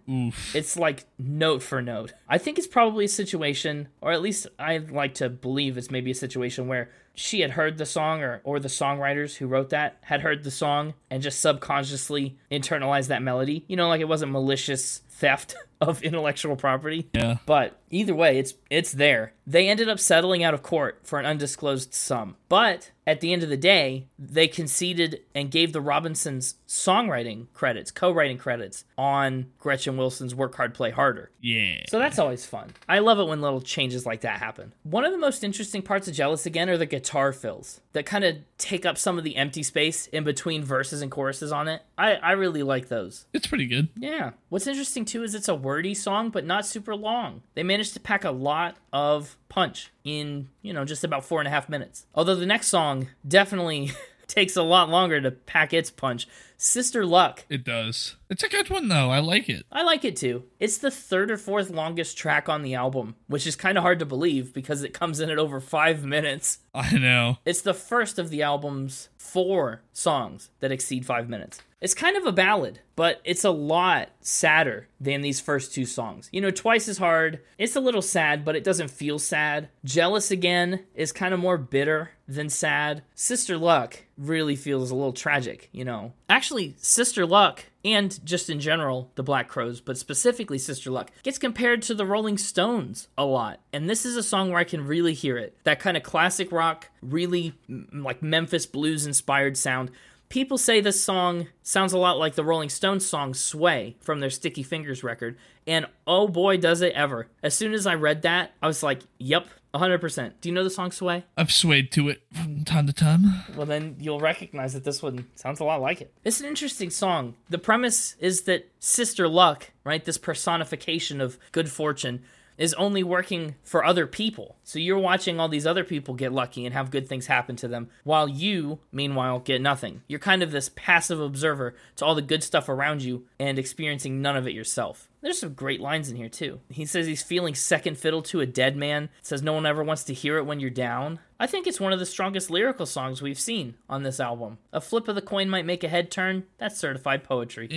Speaker 1: It's like note for note. I think it's probably a situation, or at least I'd like to believe it's maybe a situation where she had heard the song or, or the songwriters who wrote that had heard the song and just subconsciously internalized that melody. You know, like it wasn't malicious theft of intellectual property.
Speaker 3: Yeah.
Speaker 1: But either way, it's it's there. They ended up settling out of court for an undisclosed sum. But at the end of the day, they conceded and gave the Robinsons songwriting credits, co-writing credits on Gretchen Wilson's Work Hard Play Harder.
Speaker 3: Yeah.
Speaker 1: So that's always fun. I love it when little changes like that happen. One of the most interesting parts of Jealous again are the guitar fills that kind of take up some of the empty space in between verses and choruses on it. I, I really like those.
Speaker 3: It's pretty good.
Speaker 1: Yeah. What's interesting too is it's a wordy song, but not super long. They managed to pack a lot of punch in, you know, just about four and a half minutes. Although the next song definitely takes a lot longer to pack its punch. Sister Luck
Speaker 3: It does. It's a good one though. I like it.
Speaker 1: I like it too. It's the third or fourth longest track on the album, which is kind of hard to believe because it comes in at over five minutes.
Speaker 3: I know.
Speaker 1: It's the first of the album's four songs that exceed five minutes. It's kind of a ballad, but it's a lot sadder than these first two songs. You know, Twice as Hard, it's a little sad, but it doesn't feel sad. Jealous Again is kind of more bitter than sad. Sister Luck really feels a little tragic, you know. Actually, Sister Luck and just in general the Black Crows, but specifically Sister Luck, gets compared to the Rolling Stones a lot. And this is a song where I can really hear it. That kind of classic rock, really mm, like Memphis blues inspired sound. People say this song sounds a lot like the Rolling Stones song Sway from their Sticky Fingers record, and oh boy, does it ever. As soon as I read that, I was like, yep, 100%. Do you know the song Sway?
Speaker 3: I've swayed to it from time to time.
Speaker 1: Well, then you'll recognize that this one sounds a lot like it. It's an interesting song. The premise is that Sister Luck, right, this personification of good fortune, is only working for other people. So you're watching all these other people get lucky and have good things happen to them, while you, meanwhile, get nothing. You're kind of this passive observer to all the good stuff around you and experiencing none of it yourself. There's some great lines in here too. He says he's feeling second fiddle to a dead man. Says no one ever wants to hear it when you're down. I think it's one of the strongest lyrical songs we've seen on this album. A flip of the coin might make a head turn. That's certified poetry.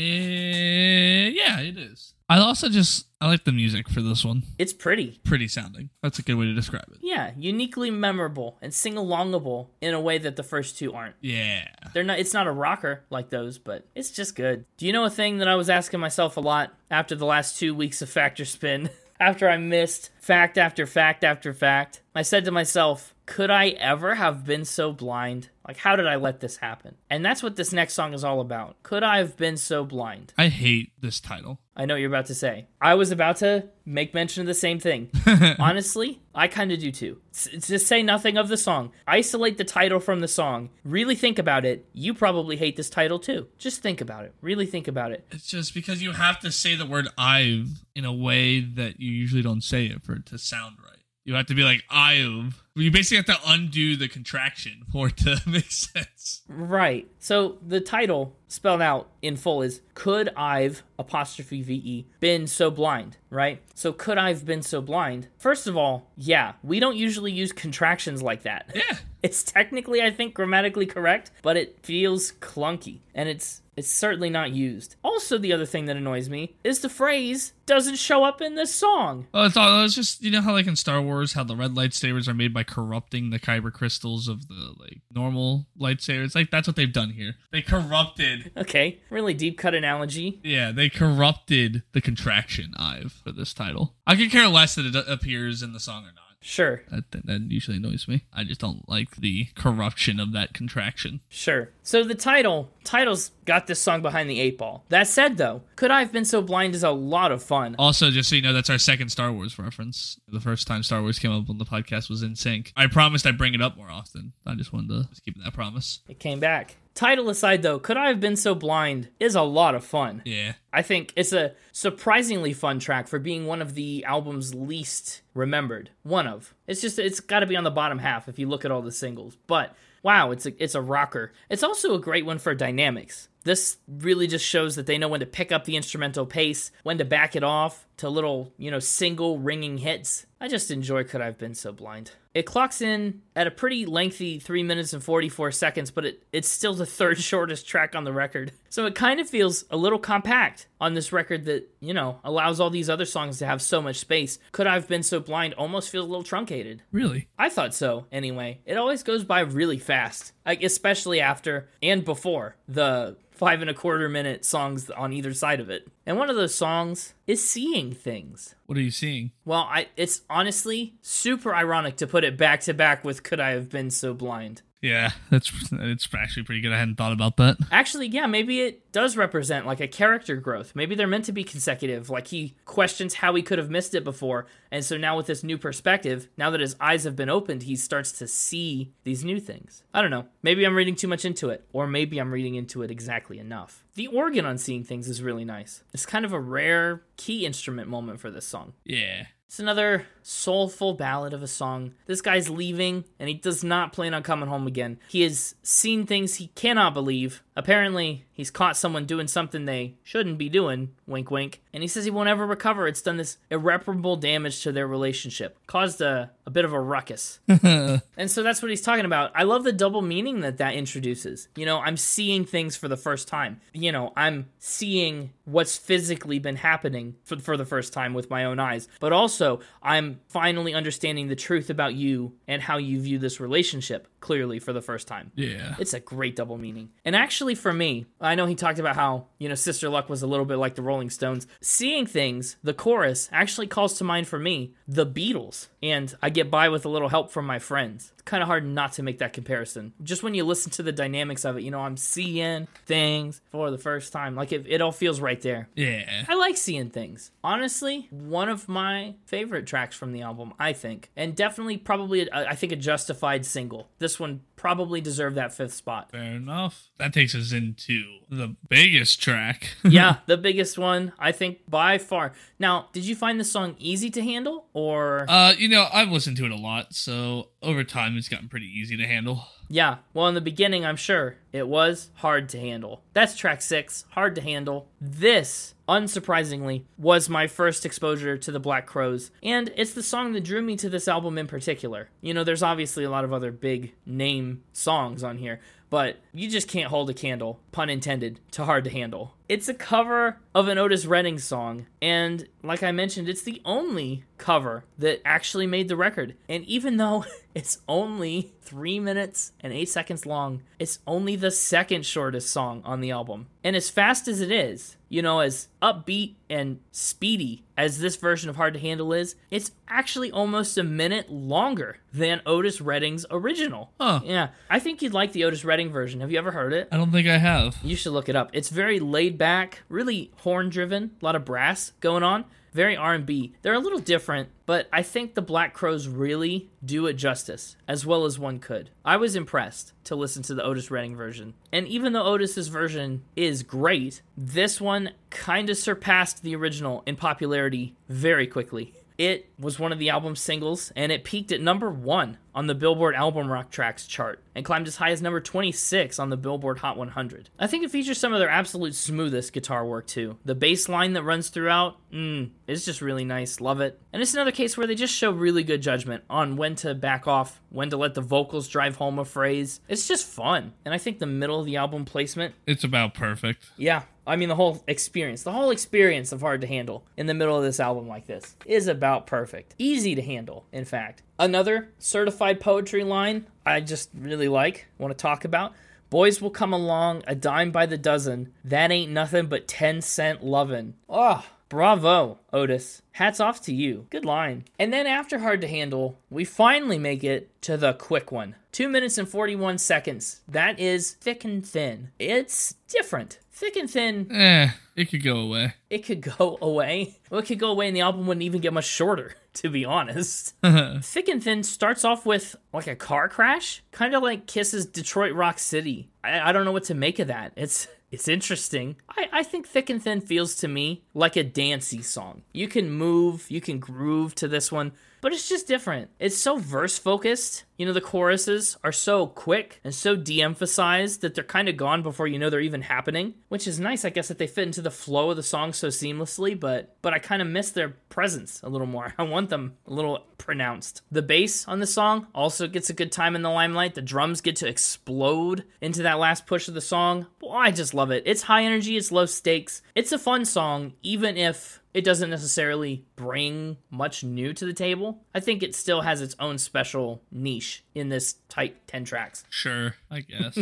Speaker 3: Eh, yeah, it is. I also just I like the music for this one.
Speaker 1: It's pretty.
Speaker 3: Pretty sounding. That's a good way to describe it.
Speaker 1: Yeah, uniquely memorable and sing alongable in a way that the first two aren't.
Speaker 3: Yeah.
Speaker 1: They're not it's not a rocker like those, but it's just good. Do you know a thing that I was asking myself a lot after the last 2 weeks of factor spin? after I missed fact after fact after fact, I said to myself, could I ever have been so blind? Like how did I let this happen? And that's what this next song is all about. Could I have been so blind?
Speaker 3: I hate this title.
Speaker 1: I know what you're about to say. I was about to make mention of the same thing. Honestly, I kind of do too. S- just say nothing of the song. Isolate the title from the song. Really think about it. You probably hate this title too. Just think about it. Really think about it.
Speaker 3: It's just because you have to say the word I've in a way that you usually don't say it for it to sound right. You have to be like I've. You basically have to undo the contraction for it to make sense.
Speaker 1: Right. So the title spelled out in full is could I've apostrophe VE been so blind, right? So could I've been so blind? First of all, yeah, we don't usually use contractions like that.
Speaker 3: Yeah.
Speaker 1: It's technically, I think, grammatically correct, but it feels clunky and it's it's certainly not used. Also, the other thing that annoys me is the phrase doesn't show up in this song.
Speaker 3: Well, it's all it's just you know how like in Star Wars how the red lightsabers are made by corrupting the kyber crystals of the like normal lightsabers. Like that's what they've done here. They corrupted.
Speaker 1: Okay, really deep cut analogy.
Speaker 3: Yeah, they corrupted the contraction I've for this title. I could care less that it appears in the song or not.
Speaker 1: Sure,
Speaker 3: That, that, that usually annoys me. I just don't like the corruption of that contraction.
Speaker 1: sure. So the title, title's got this song behind the eight ball. That said, though, could I have been so blind is a lot of fun.
Speaker 3: Also, just so you know, that's our second Star Wars reference. The first time Star Wars came up on the podcast was in sync. I promised I'd bring it up more often. I just wanted to just keep that promise.
Speaker 1: It came back. Title aside, though, could I have been so blind is a lot of fun.
Speaker 3: Yeah.
Speaker 1: I think it's a surprisingly fun track for being one of the album's least remembered. One of. It's just it's got to be on the bottom half if you look at all the singles. But wow, it's a it's a rocker. It's also a great one for dynamics. This really just shows that they know when to pick up the instrumental pace, when to back it off to little, you know, single ringing hits. I just enjoy Could I've Been So Blind. It clocks in at a pretty lengthy 3 minutes and 44 seconds, but it, it's still the third shortest track on the record. So it kind of feels a little compact on this record that, you know, allows all these other songs to have so much space. Could I've Been So Blind almost feels a little truncated.
Speaker 3: Really?
Speaker 1: I thought so, anyway. It always goes by really fast, like especially after and before the five and a quarter minute songs on either side of it. And one of those songs is Seeing Things.
Speaker 3: What are you seeing?
Speaker 1: Well, I it's honestly super ironic to put it back to back with Could I Have Been So Blind?
Speaker 3: Yeah, that's it's actually pretty good. I hadn't thought about that.
Speaker 1: Actually, yeah, maybe it does represent like a character growth. Maybe they're meant to be consecutive. Like he questions how he could have missed it before, and so now with this new perspective, now that his eyes have been opened, he starts to see these new things. I don't know. Maybe I'm reading too much into it, or maybe I'm reading into it exactly enough. The organ on seeing things is really nice. It's kind of a rare key instrument moment for this song.
Speaker 3: Yeah.
Speaker 1: It's another soulful ballad of a song. This guy's leaving and he does not plan on coming home again. He has seen things he cannot believe. Apparently, he's caught someone doing something they shouldn't be doing, wink wink, and he says he won't ever recover. It's done this irreparable damage to their relationship, caused a, a bit of a ruckus. And so that's what he's talking about. I love the double meaning that that introduces. You know, I'm seeing things for the first time. You know, I'm seeing what's physically been happening for, for the first time with my own eyes, but also I'm finally understanding the truth about you and how you view this relationship clearly for the first time.
Speaker 3: Yeah.
Speaker 1: It's a great double meaning. And actually, for me, I know he talked about how, you know, Sister Luck was a little bit like the Rolling Stones. Seeing things, the chorus, actually calls to mind for me the Beatles. And I get by with a little help from my friends. It's kind of hard not to make that comparison. Just when you listen to the dynamics of it, you know, I'm seeing things for the first time. Like it, it all feels right there.
Speaker 3: Yeah.
Speaker 1: I like seeing things. Honestly, one of my favorite tracks from the album, I think, and definitely probably uh, I I think a justified single. This one probably deserved that fifth spot.
Speaker 3: Fair enough. That takes us into the biggest track.
Speaker 1: yeah, the biggest one I think by far. Now, did you find this song easy to handle or
Speaker 3: uh, you know, I've listened to it a lot, so over time it's gotten pretty easy to handle.
Speaker 1: Yeah, well, in the beginning, I'm sure it was hard to handle. That's track six, hard to handle. This, unsurprisingly, was my first exposure to the Black Crows, and it's the song that drew me to this album in particular. You know, there's obviously a lot of other big name songs on here, but you just can't hold a candle, pun intended, to hard to handle. It's a cover of an Otis Redding song, and like I mentioned, it's the only cover that actually made the record. And even though it's only three minutes and eight seconds long, it's only the second shortest song on the album. And as fast as it is, you know, as upbeat and speedy as this version of Hard to Handle is, it's actually almost a minute longer than Otis Redding's original.
Speaker 3: Huh.
Speaker 1: Yeah. I think you'd like the Otis Redding version. Have you ever heard it?
Speaker 3: I don't think I have.
Speaker 1: You should look it up. It's very laid back, really horn driven, a lot of brass going on, very R&B. They're a little different, but I think the Black Crows really do it justice as well as one could. I was impressed to listen to the Otis Redding version. And even though Otis's version is great, this one kind of surpassed the original in popularity very quickly. It was one of the album's singles, and it peaked at number one on the Billboard Album Rock Tracks chart and climbed as high as number 26 on the Billboard Hot 100. I think it features some of their absolute smoothest guitar work, too. The bass line that runs throughout, mm, it's just really nice. Love it. And it's another case where they just show really good judgment on when to back off, when to let the vocals drive home a phrase. It's just fun. And I think the middle of the album placement
Speaker 3: It's about perfect.
Speaker 1: yeah. I mean, the whole experience, the whole experience of Hard to Handle in the middle of this album like this is about perfect. Easy to handle, in fact. Another certified poetry line I just really like, want to talk about. Boys will come along, a dime by the dozen. That ain't nothing but 10 cent lovin'. Oh, bravo, Otis. Hats off to you. Good line. And then after Hard to Handle, we finally make it to the quick one. Two minutes and 41 seconds. That is thick and thin. It's different. Thick and thin,
Speaker 3: Eh, it could go away.
Speaker 1: it could go away. Well, it could go away, and the album wouldn't even get much shorter, to be honest. Thick and Thin starts off with like a car crash, kind of like Kiss's Detroit Rock City. I, I don't know what to make of that. It's it's interesting. I, I think Thick and Thin feels to me like a dancey song. You can move, you can groove to this one, but it's just different. It's so verse focused. You know, the choruses are so quick and so de emphasized that they're kind of gone before you know they're even happening, which is nice, I guess, that they fit into the flow of the song so seamlessly, but but I kind of miss their presence a little more. I want them a little pronounced. The bass on the song also gets a good time in the limelight. The drums get to explode into that last push of the song. Well, I just love it. It's high energy, it's low stakes. It's a fun song, even if it doesn't necessarily bring much new to the table. I think it still has its own special niche in this tight 10 tracks.
Speaker 3: Sure, I guess.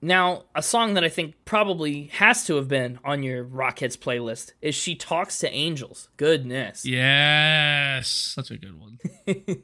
Speaker 1: Now, a song that I think probably has to have been on your rock hits playlist is She Talks to Angels. Goodness.
Speaker 3: yes, such a good one.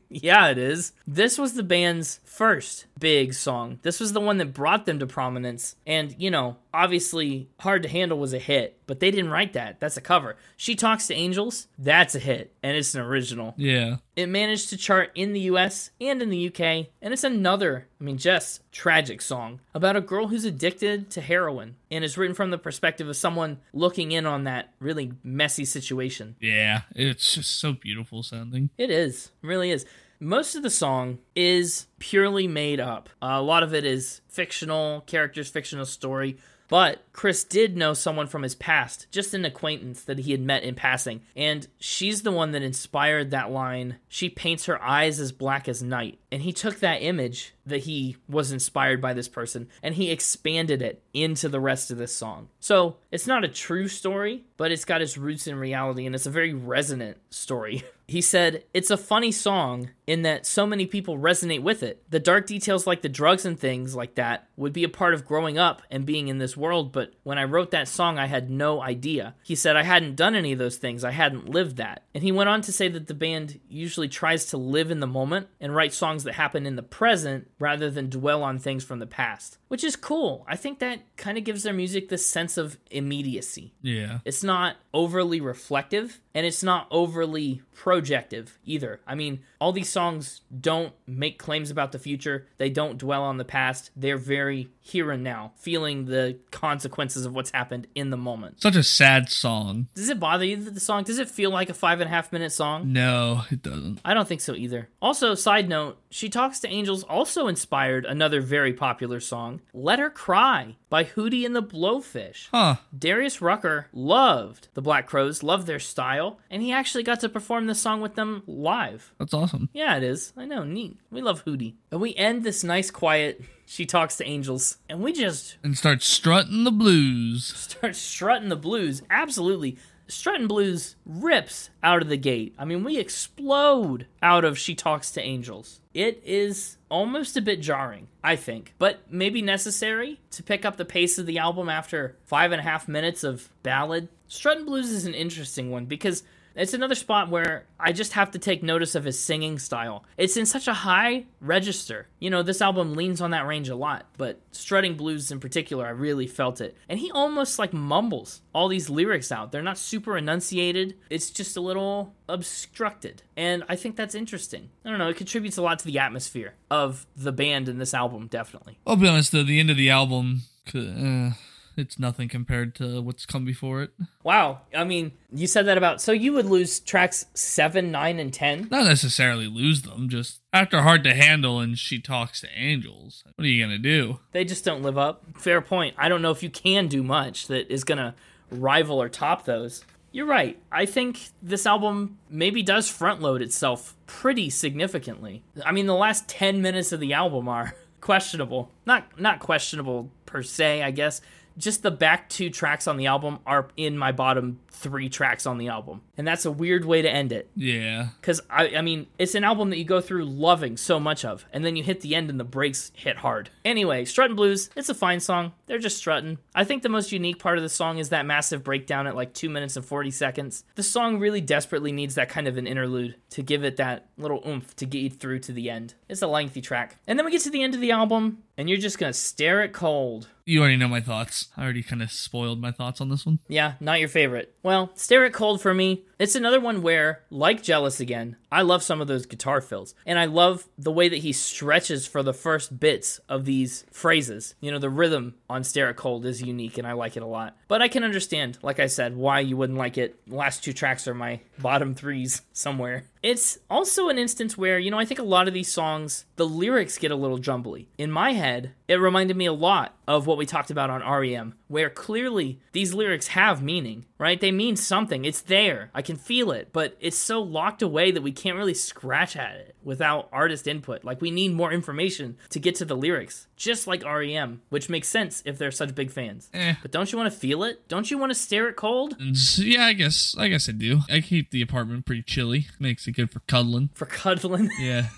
Speaker 1: Yeah, it is. This was the band's first big song. This was the one that brought them to prominence. And, you know, obviously, Hard to Handle was a hit, but they didn't write that. That's a cover. She Talks to Angels, that's a hit, and it's an original.
Speaker 3: Yeah,
Speaker 1: It managed to chart in the US and in the UK, and it's another, I mean, just tragic song about a girl who's addicted to heroin and is written from the perspective of someone looking in on that really messy situation.
Speaker 3: yeah, it's just so beautiful sounding.
Speaker 1: It is. It really is. Most of the song is purely made up. Uh, a lot of it is fictional characters, fictional story. But Chris did know someone from his past, just an acquaintance that he had met in passing. And she's the one that inspired that line She paints her eyes as black as night. And he took that image that he was inspired by this person and he expanded it into the rest of this song. So it's not a true story, but it's got its roots in reality and it's a very resonant story. He said, It's a funny song in that so many people resonate with it. The dark details, like the drugs and things like that, would be a part of growing up and being in this world, but when I wrote that song, I had no idea. He said, I hadn't done any of those things, I hadn't lived that. And he went on to say that the band usually tries to live in the moment and write songs that happen in the present rather than dwell on things from the past, which is cool. I think that kind of gives their music this sense of immediacy.
Speaker 3: Yeah,
Speaker 1: It's not overly reflective and it's not overly projective either. I mean, all these songs don't make claims about the future, they don't dwell on the past. They're very here and now, feeling the consequences of what's happened in the moment.
Speaker 3: such a sad song.
Speaker 1: Does it bother you that the song does it feel like a five and a half minute song?
Speaker 3: No, it doesn't.
Speaker 1: I don't think so either. Also, side note, She Talks to Angels also inspired another very popular song, Let Her Cry by Hootie and the Blowfish.
Speaker 3: Huh?
Speaker 1: Darius Rucker loved the Black Crows, loved their style, and he actually got to perform this song with them live.
Speaker 3: That's awesome.
Speaker 1: Yeah, it is. I know, neat. We love Hootie. And we end this nice, quiet, she talks to angels, and we just
Speaker 3: And start strutting the blues.
Speaker 1: start strutting the blues. Absolutely. Strutting blues rips out of the gate. I mean, we explode out of She Talks to Angels. It is almost a bit jarring, I think, but maybe necessary to pick up the pace of the album after five and a half minutes of ballad. Strutting blues is an interesting one because it's another spot where I just have to take notice of his singing style. It's in such a high register. You know, this album leans on that range a lot, but Strutting Blues in particular, I really felt it. And he almost like mumbles all these lyrics out. They're not super enunciated, it's just a little obstructed. And I think that's interesting. I don't know, it contributes a lot to the atmosphere of the band in this album, definitely.
Speaker 3: I'll be honest though, the end of the album, c- uh, it's nothing compared to what's come before it.
Speaker 1: Wow. I mean, you said that about. So you would lose tracks seven, nine, and 10.
Speaker 3: Not necessarily lose them, just after Hard to Handle and She Talks to Angels. What are you going to do?
Speaker 1: They just don't live up. Fair point. I don't know if you can do much that is going to rival or top those. You're right. I think this album maybe does front load itself pretty significantly. I mean, the last 10 minutes of the album are questionable. Not not questionable per se, I guess. Just the back two tracks on the album are in my bottom 3 tracks on the album. And that's a weird way to end it
Speaker 3: Yeah.
Speaker 1: because I, I mean it's an album that you go through loving so much of and then you hit the end and the brakes hit hard anyway strut and blues it's a fine song they're just strutting i think the most unique part of the song is that massive breakdown at like 2 minutes and 40 seconds the song really desperately needs that kind of an interlude to give it that little oomph to get you through to the end it's a lengthy track and then we get to the end of the album and you're just gonna stare at cold
Speaker 3: You already know my thoughts. I already kind of spoiled my thoughts on this one.
Speaker 1: Yeah, not your favorite. Well, Stare at Cold for me, it's another one where, like Jealous Again, I love some of those guitar fills. And I love the way that he stretches for the first bits of these phrases. You know, the rhythm on Stare at Cold is unique and I like it a lot. But I can understand, like I said, why you wouldn't like it. Last two tracks are my bottom threes somewhere. It's also an instance where, you know, I think a lot of these songs, the lyrics get a little jumbly. In my head, it reminded me a lot of what we talked about on REM, where clearly these lyrics have meaning, right? They mean something. It's there. I can feel it, but it's so locked away that we can't really scratch at it without artist input. Like, we need more information to get to the lyrics, just like REM, which makes sense if they're such big fans.
Speaker 3: Eh. Mm.
Speaker 1: But don't you want to feel it? Don't you want to stare at cold?
Speaker 3: And s- yeah, I guess I guess I do. I keep the apartment pretty chilly. Makes it good for cuddling.
Speaker 1: For cuddling?
Speaker 3: Yeah.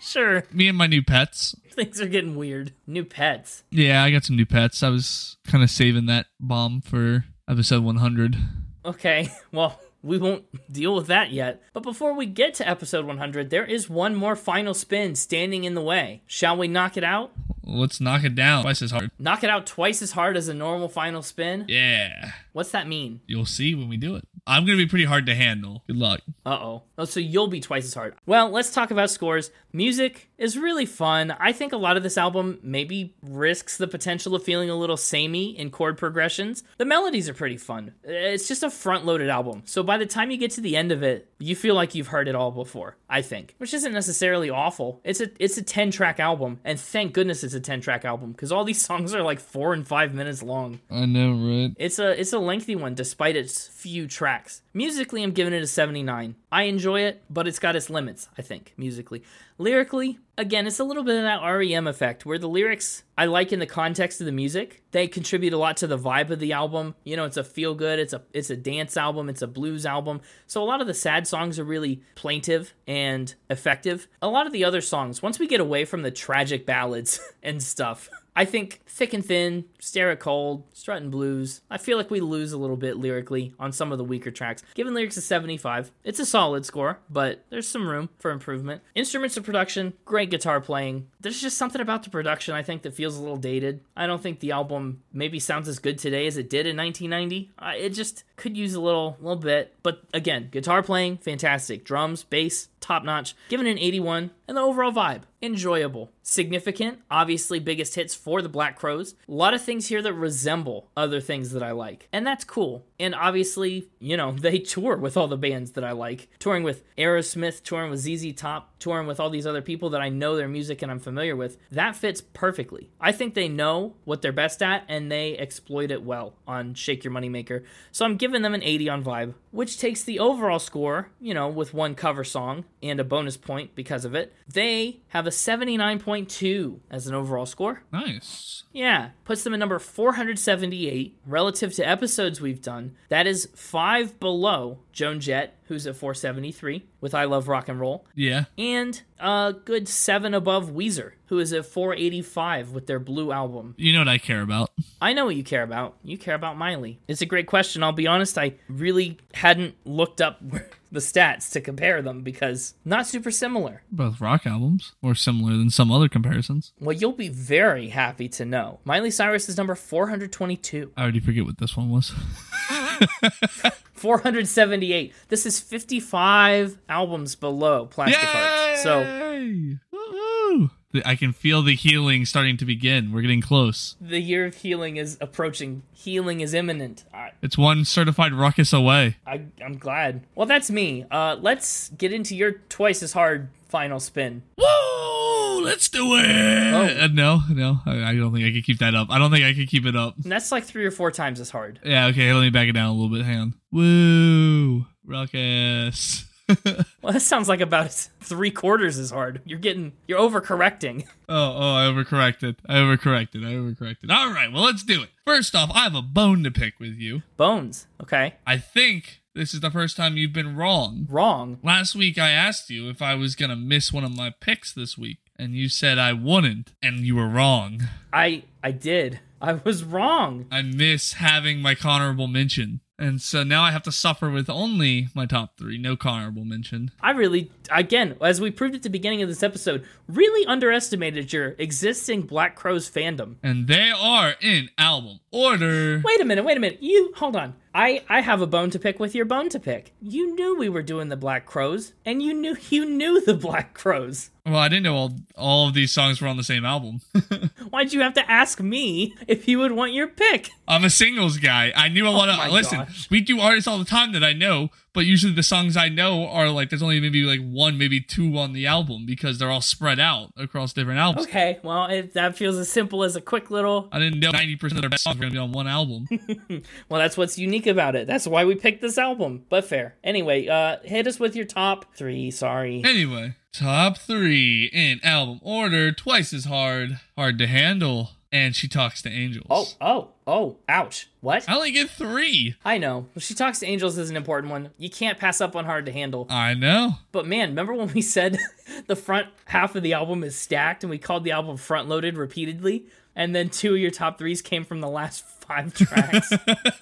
Speaker 1: sure.
Speaker 3: Me and my new pets.
Speaker 1: Things are getting weird. New pets.
Speaker 3: Yeah, I got some new pets. I was kind of saving that bomb for episode 100.
Speaker 1: Okay, well, we won't deal with that yet. But before we get to episode 100, there is one more final spin standing in the way. Shall we knock it out?
Speaker 3: Let's knock it down twice as hard.
Speaker 1: Knock it out twice as hard as a normal final spin?
Speaker 3: Yeah.
Speaker 1: What's that mean?
Speaker 3: You'll see when we do it. I'm going to be pretty hard to handle. Good luck.
Speaker 1: Uh oh. Oh, so you'll be twice as hard. Well, let's talk about scores. Music is really fun. I think a lot of this album maybe risks the potential of feeling a little samey in chord progressions. The melodies are pretty fun. It's just a front loaded album. So by the time you get to the end of it, you feel like you've heard it all before, I think. Which isn't necessarily awful. It's a it's a 10 track album, and thank goodness it's a 10 track album, because all these songs are like four and five minutes long.
Speaker 3: I know, right?
Speaker 1: It's a it's a lengthy one despite its few tracks. Musically, I'm giving it a 79. I enjoy it, but it's got its limits, I think, musically. Lyrically, again, it's a little bit of that REM effect where the lyrics I like in the context of the music. They contribute a lot to the vibe of the album. You know, it's a feel good, it's a it's a dance album, it's a blues album. So a lot of the sad songs are really plaintive and effective. A lot of the other songs, once we get away from the tragic ballads and stuff, I think Thick and Thin, Stare at Cold, Strut and Blues, I feel like we lose a little bit lyrically on some of the weaker tracks. Given lyrics a 75, it's a solid score, but there's some room for improvement. Instruments of production, great guitar playing. There's just something about the production I think that feels a little dated. I don't think the album maybe sounds as good today as it did in 1990. I it just could use a little, little bit. But again, guitar playing, fantastic. Drums, bass, top notch. Given an 81, and the overall vibe enjoyable significant obviously biggest hits for the black crows a lot of things here that resemble other things that i like and that's cool and obviously you know they tour with all the bands that i like touring with aerosmith touring with zz top touring with all these other people that i know their music and i'm familiar with that fits perfectly i think they know what they're best at and they exploit it well on shake your moneymaker so i'm giving them an 80 on vibe which takes the overall score you know with one cover song and a bonus point because of it they have a 79.2 as an overall score
Speaker 3: Nice.
Speaker 1: yeah puts them at number 478 relative to episodes we've done that is five below joan jett who's at 473 with i love rock and roll
Speaker 3: Yeah.
Speaker 1: and a good seven above weezer who is at 485 with their blue album
Speaker 3: You know what I care about.
Speaker 1: I know what you care about. You care about Miley. It's a great question. I'll be honest, I really hadn't looked up the stats to compare them because not super similar.
Speaker 3: Both rock albums, more similar than some other comparisons.
Speaker 1: Well, you'll be very happy to know. Miley Cyrus is number 422.
Speaker 3: I already forget what this one was.
Speaker 1: 478. This is 55 albums below Plastic Hearts. So
Speaker 3: Yay! Woo-hoo! The- I can feel the healing starting to begin. We're getting close.
Speaker 1: The year of healing is approaching. Healing is imminent. I,
Speaker 3: It's one certified ruckus away.
Speaker 1: I, I'm glad. Well, that's me. Uh, let's get into your twice as hard final spin.
Speaker 3: Whoa! Let's do it. Uh, no, no, I, I don't think I could keep that up. I don't think I could keep it up.
Speaker 1: And that's like three or four times as hard.
Speaker 3: Yeah, okay. Let me back it down a little bit. Hang on. Woo! Ruckus. oh,
Speaker 1: Well, that sounds like about as- three quarters as hard. You're getting, you're overcorrecting.
Speaker 3: oh, I overcorrected. I overcorrected. I overcorrected. All right, well, let's do it. First off, I have a bone to pick with you.
Speaker 1: Bones. Okay.
Speaker 3: I think this is the first time you've been wrong.
Speaker 1: Wrong.
Speaker 3: Last week, I asked you if I was going to miss one of my picks this week, and you said I wouldn't, and you were wrong.
Speaker 1: I, I did. I was wrong.
Speaker 3: I miss having my honorable mention. And so now I have to suffer with only my top three, no honorable mention.
Speaker 1: I really, again, as we proved at the beginning of this episode, really underestimated your existing Black Crowes fandom.
Speaker 3: And they are in album order.
Speaker 1: Wait a minute, wait a minute. You, hold on. I, I have a bone to pick with your bone to pick. You knew we were doing the Black Crows, and you knew you knew the Black Crows.
Speaker 3: Well, I didn't know all, all of these songs were on the same album.
Speaker 1: Why'd you have to ask me if you would want your pick?
Speaker 3: I'm a singles guy. I knew a lot
Speaker 1: Oh my
Speaker 3: of. Listen,
Speaker 1: gosh.
Speaker 3: we do artists all the time that I know, but usually the songs I know are like there's only maybe like one, maybe two on the album because they're all spread out across different albums.
Speaker 1: Okay, well, it, that feels as simple as a quick little.
Speaker 3: I didn't know 90% of their best songs were going to be on one album.
Speaker 1: Well, that's what's unique about it. That's why we picked this album, but fair. Anyway, uh, hit us with your top three. Sorry.
Speaker 3: Anyway, top three in album order, twice as hard, hard to handle, and she talks to angels.
Speaker 1: Oh, oh, oh, ouch. What?
Speaker 3: I only get three.
Speaker 1: I know. Well, She Talks to Angels is an important one. You can't pass up on Hard to Handle.
Speaker 3: I know.
Speaker 1: But man, remember when we said the front half of the album is stacked and we called the album front loaded repeatedly? And then two of your top threes came from the last five tracks.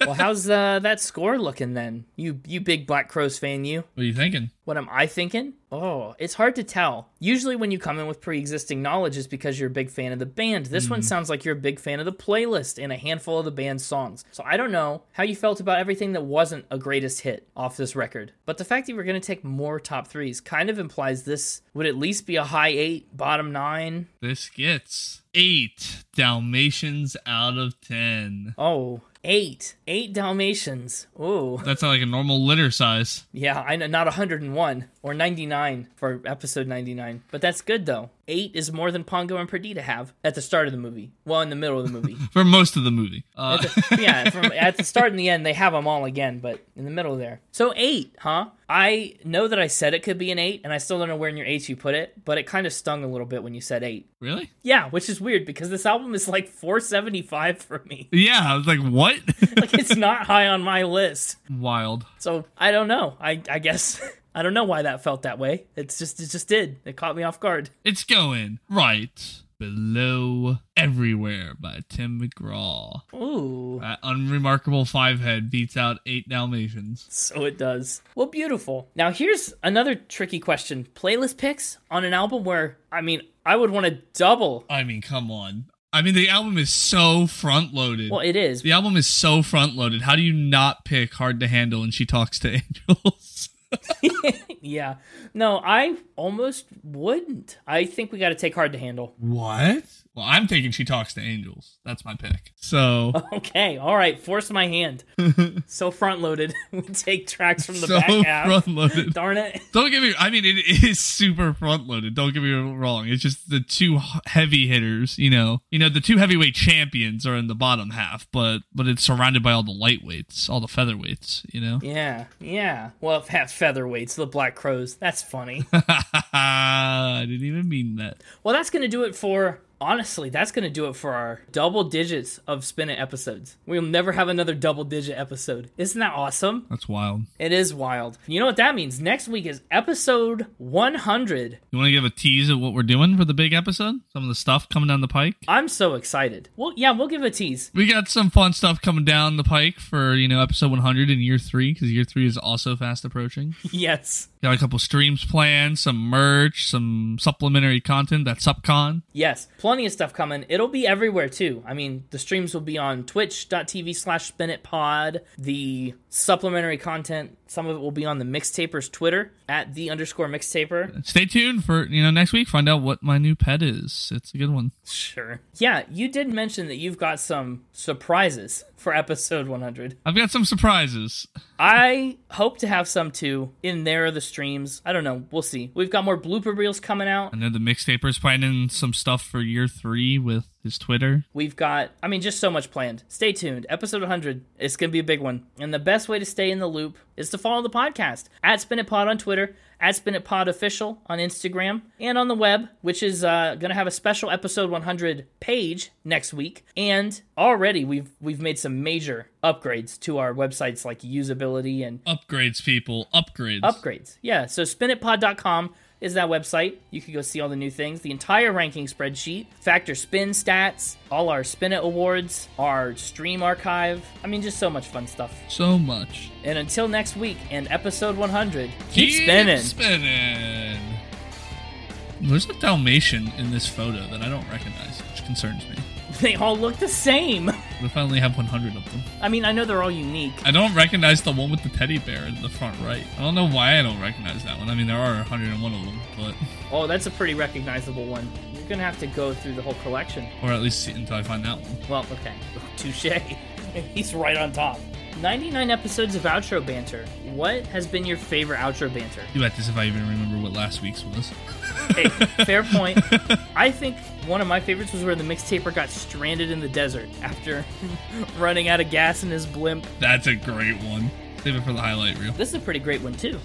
Speaker 1: well, how's uh, that score looking then? You you big Black Crows fan, you?
Speaker 3: What are you thinking?
Speaker 1: What am I thinking? Oh, it's hard to tell. Usually, when you come in with pre existing knowledge, it's because you're a big fan of the band. This one sounds like you're a big fan of the playlist and a handful of the band's songs. So, I don't know how you felt about everything that wasn't a greatest hit off this record. But the fact that we're going to take more top threes kind of implies this would at least be a high eight, bottom nine.
Speaker 3: This gets eight Dalmatians out of ten.
Speaker 1: Oh, eight. Eight Dalmatians. Oh,
Speaker 3: That's not like a normal litter size.
Speaker 1: yeah, I know, not 101 or 99 for episode 99. But that's good, though. Eight is more than Pongo and Perdita have at the start of the movie. Well, in the middle of the movie.
Speaker 3: For most of the movie. Uh,
Speaker 1: yeah, from, at the start and the end, they have them all again, but in the middle there. So eight, huh? I know that I said it could be an eight, and I still don't know where in your eights you put it, but it kind of stung a little bit when you said eight.
Speaker 3: really?
Speaker 1: Yeah, which is weird because this album is like 475 for me.
Speaker 3: Yeah, I was like, what?
Speaker 1: Like, it's not high on my list.
Speaker 3: Wild.
Speaker 1: So I don't know. I, I guess. I don't know why that felt that way. It's just it just did. It caught me off guard.
Speaker 3: It's going right below everywhere by Tim McGraw.
Speaker 1: Ooh.
Speaker 3: That unremarkable five head beats out eight Dalmatians.
Speaker 1: So it does. Well, beautiful. Now, here's another tricky question playlist picks on an album where, I mean, I would want to double.
Speaker 3: I mean, come on. I mean, the album is so front loaded.
Speaker 1: Well, it is.
Speaker 3: the album is so front loaded. How do you not pick Hard to Handle and She Talks to Angels?
Speaker 1: Yeah. No, I almost wouldn't. I think we got to take Hard to Handle.
Speaker 3: What? Well, I'm taking She Talks to Angels. That's my pick. So,
Speaker 1: Okay. All right. Force my hand. so front loaded. we take tracks from the
Speaker 3: so
Speaker 1: back half.
Speaker 3: front loaded.
Speaker 1: Darn it.
Speaker 3: Don't get me. I mean, it is super front loaded. Don't get me wrong. It's just the two heavy hitters. You know, you know the two heavyweight champions are in the bottom half, but but it's surrounded by all the lightweights, all the featherweights. You know.
Speaker 1: Yeah. Yeah. Well, half featherweights, the Black Crows. That's funny.
Speaker 3: I didn't even mean that.
Speaker 1: Well, that's going to do it for. Honestly, that's going to do it for our double digits of Spin It episodes. We'll never have another double digit episode. Isn't that awesome?
Speaker 3: That's wild.
Speaker 1: It is wild. You know what that means? Next week is episode 100.
Speaker 3: You want to give a tease of what we're doing for the big episode? Some of the stuff coming down the pike.
Speaker 1: I'm so excited. Well, yeah, we'll give a tease.
Speaker 3: We got some fun stuff coming down the pike for you know episode 100 in year three because year three is also fast approaching.
Speaker 1: Yes.
Speaker 3: Got a couple streams planned, some merch, some supplementary content. That's SupCon.
Speaker 1: Yes. plenty of stuff coming. It'll be everywhere too. I mean, the streams will be on twitch.tv slash spinitpod. The supplementary content, some of it will be on the mixtaper's Twitter at the underscore mixtaper.
Speaker 3: Stay tuned for you know next week. Find out what my new pet is. It's a good one.
Speaker 1: Sure. Yeah, you did mention that you've got some surprises for episode 100.
Speaker 3: I've got some surprises.
Speaker 1: I hope to have some too. In there are the streams. I don't know. We'll see. We've got more blooper reels coming out.
Speaker 3: I know the mixtaper's planning some stuff for year three with his Twitter.
Speaker 1: We've got, I mean, just so much planned. Stay tuned. Episode 100. It's going to be a big one. And the best way to stay in the loop is to follow the podcast at Spin It Pod on Twitter, at Spin It Pod Official on Instagram, and on the web, which is uh, going to have a special episode 100 page next week. And already we've we've made some major upgrades to our websites like usability and
Speaker 3: Upgrades, people. Upgrades.
Speaker 1: upgrades. Yeah, so spinitpod.com is that website. You can go see all the new things, the entire ranking spreadsheet, factor spin stats, all our spin it awards, our stream archive. I mean, just so much fun stuff.
Speaker 3: so much.
Speaker 1: And until next week and episode 100, keep, spinning.
Speaker 3: spinning. There's a Dalmatian in this photo that I don't recognize, which concerns me.
Speaker 1: they all look the same.
Speaker 3: What if I only have 100 of them?
Speaker 1: I mean, I know they're all unique.
Speaker 3: I don't recognize the one with the teddy bear in the front right. I don't know why I don't recognize that one. I mean, there are 101 of them, but
Speaker 1: Oh, that's a pretty recognizable one. You're going to have to go through the whole collection.
Speaker 3: or at least see- until I find that one.
Speaker 1: Well, okay. Touche. He's right on top. 99 episodes of outro banter. What has been your favorite outro banter?
Speaker 3: Do at this if I even remember what last week's was.
Speaker 1: Hey, fair point. I think one of my favorites was where the mixtaper got stranded in the desert after running out of gas in his blimp.
Speaker 3: That's a great one. Save it for the highlight reel.
Speaker 1: This is a pretty great one, too.